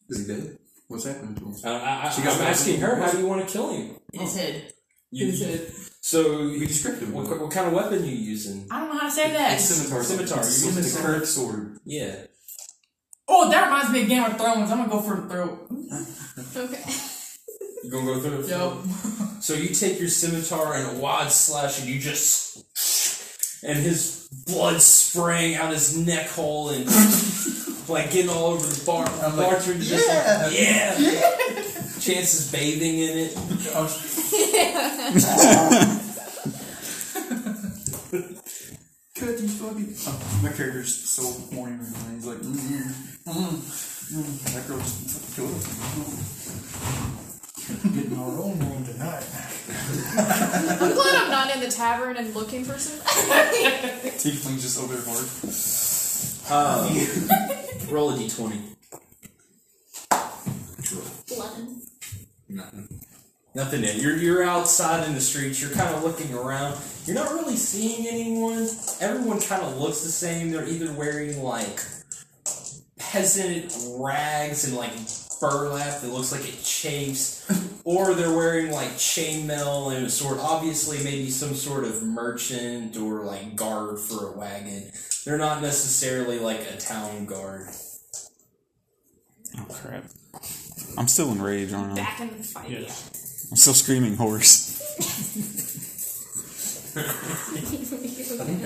Speaker 3: Is he dead? What's happening to him?
Speaker 1: Uh, I, I,
Speaker 3: She got
Speaker 1: I'm
Speaker 3: back-
Speaker 1: asking her. How do you want to kill him?
Speaker 3: Oh.
Speaker 5: In his head.
Speaker 1: You,
Speaker 5: Is it-
Speaker 1: so you,
Speaker 3: Be descriptive.
Speaker 1: what, what kind of weapon you using?
Speaker 5: I don't know how to say
Speaker 3: It's
Speaker 5: that.
Speaker 3: scimitar.
Speaker 1: Scimitar.
Speaker 3: It's
Speaker 1: You're using
Speaker 3: the
Speaker 1: scimitar.
Speaker 3: curved sword.
Speaker 1: Yeah.
Speaker 5: Oh, that reminds me of Game of Thrones. I'm gonna go for the throat.
Speaker 4: Okay.
Speaker 1: You gonna go through it? So you take your scimitar and a wide slash, and you just, and his blood spraying out his neck hole [laughs] and like getting all over the bar.
Speaker 3: I'm like,
Speaker 1: bartender just like, uh, yeah. Chance is bathing in it.
Speaker 3: Cut you fucking. Oh, my character's so horny right now. He's like, mm, mm, mm, mm. that girl just fucking killed him.
Speaker 12: Getting our own room tonight.
Speaker 4: I'm glad I'm not in the tavern and looking for some. [laughs]
Speaker 3: Tiefling's just over there hard.
Speaker 1: Um, [laughs] roll a d20.
Speaker 4: Eleven.
Speaker 1: Nothing. Nothing in. You're you're outside in the streets. You're kind of looking around. You're not really seeing anyone. Everyone kind of looks the same. They're either wearing like peasant rags and like burlap that looks like it chafes, or they're wearing like chainmail and a sword. Obviously, maybe some sort of merchant or like guard for a wagon. They're not necessarily like a town guard.
Speaker 6: Oh crap. I'm still enraged, aren't I?
Speaker 4: Back in the fight.
Speaker 12: Yes.
Speaker 6: I'm still screaming horse.
Speaker 1: That's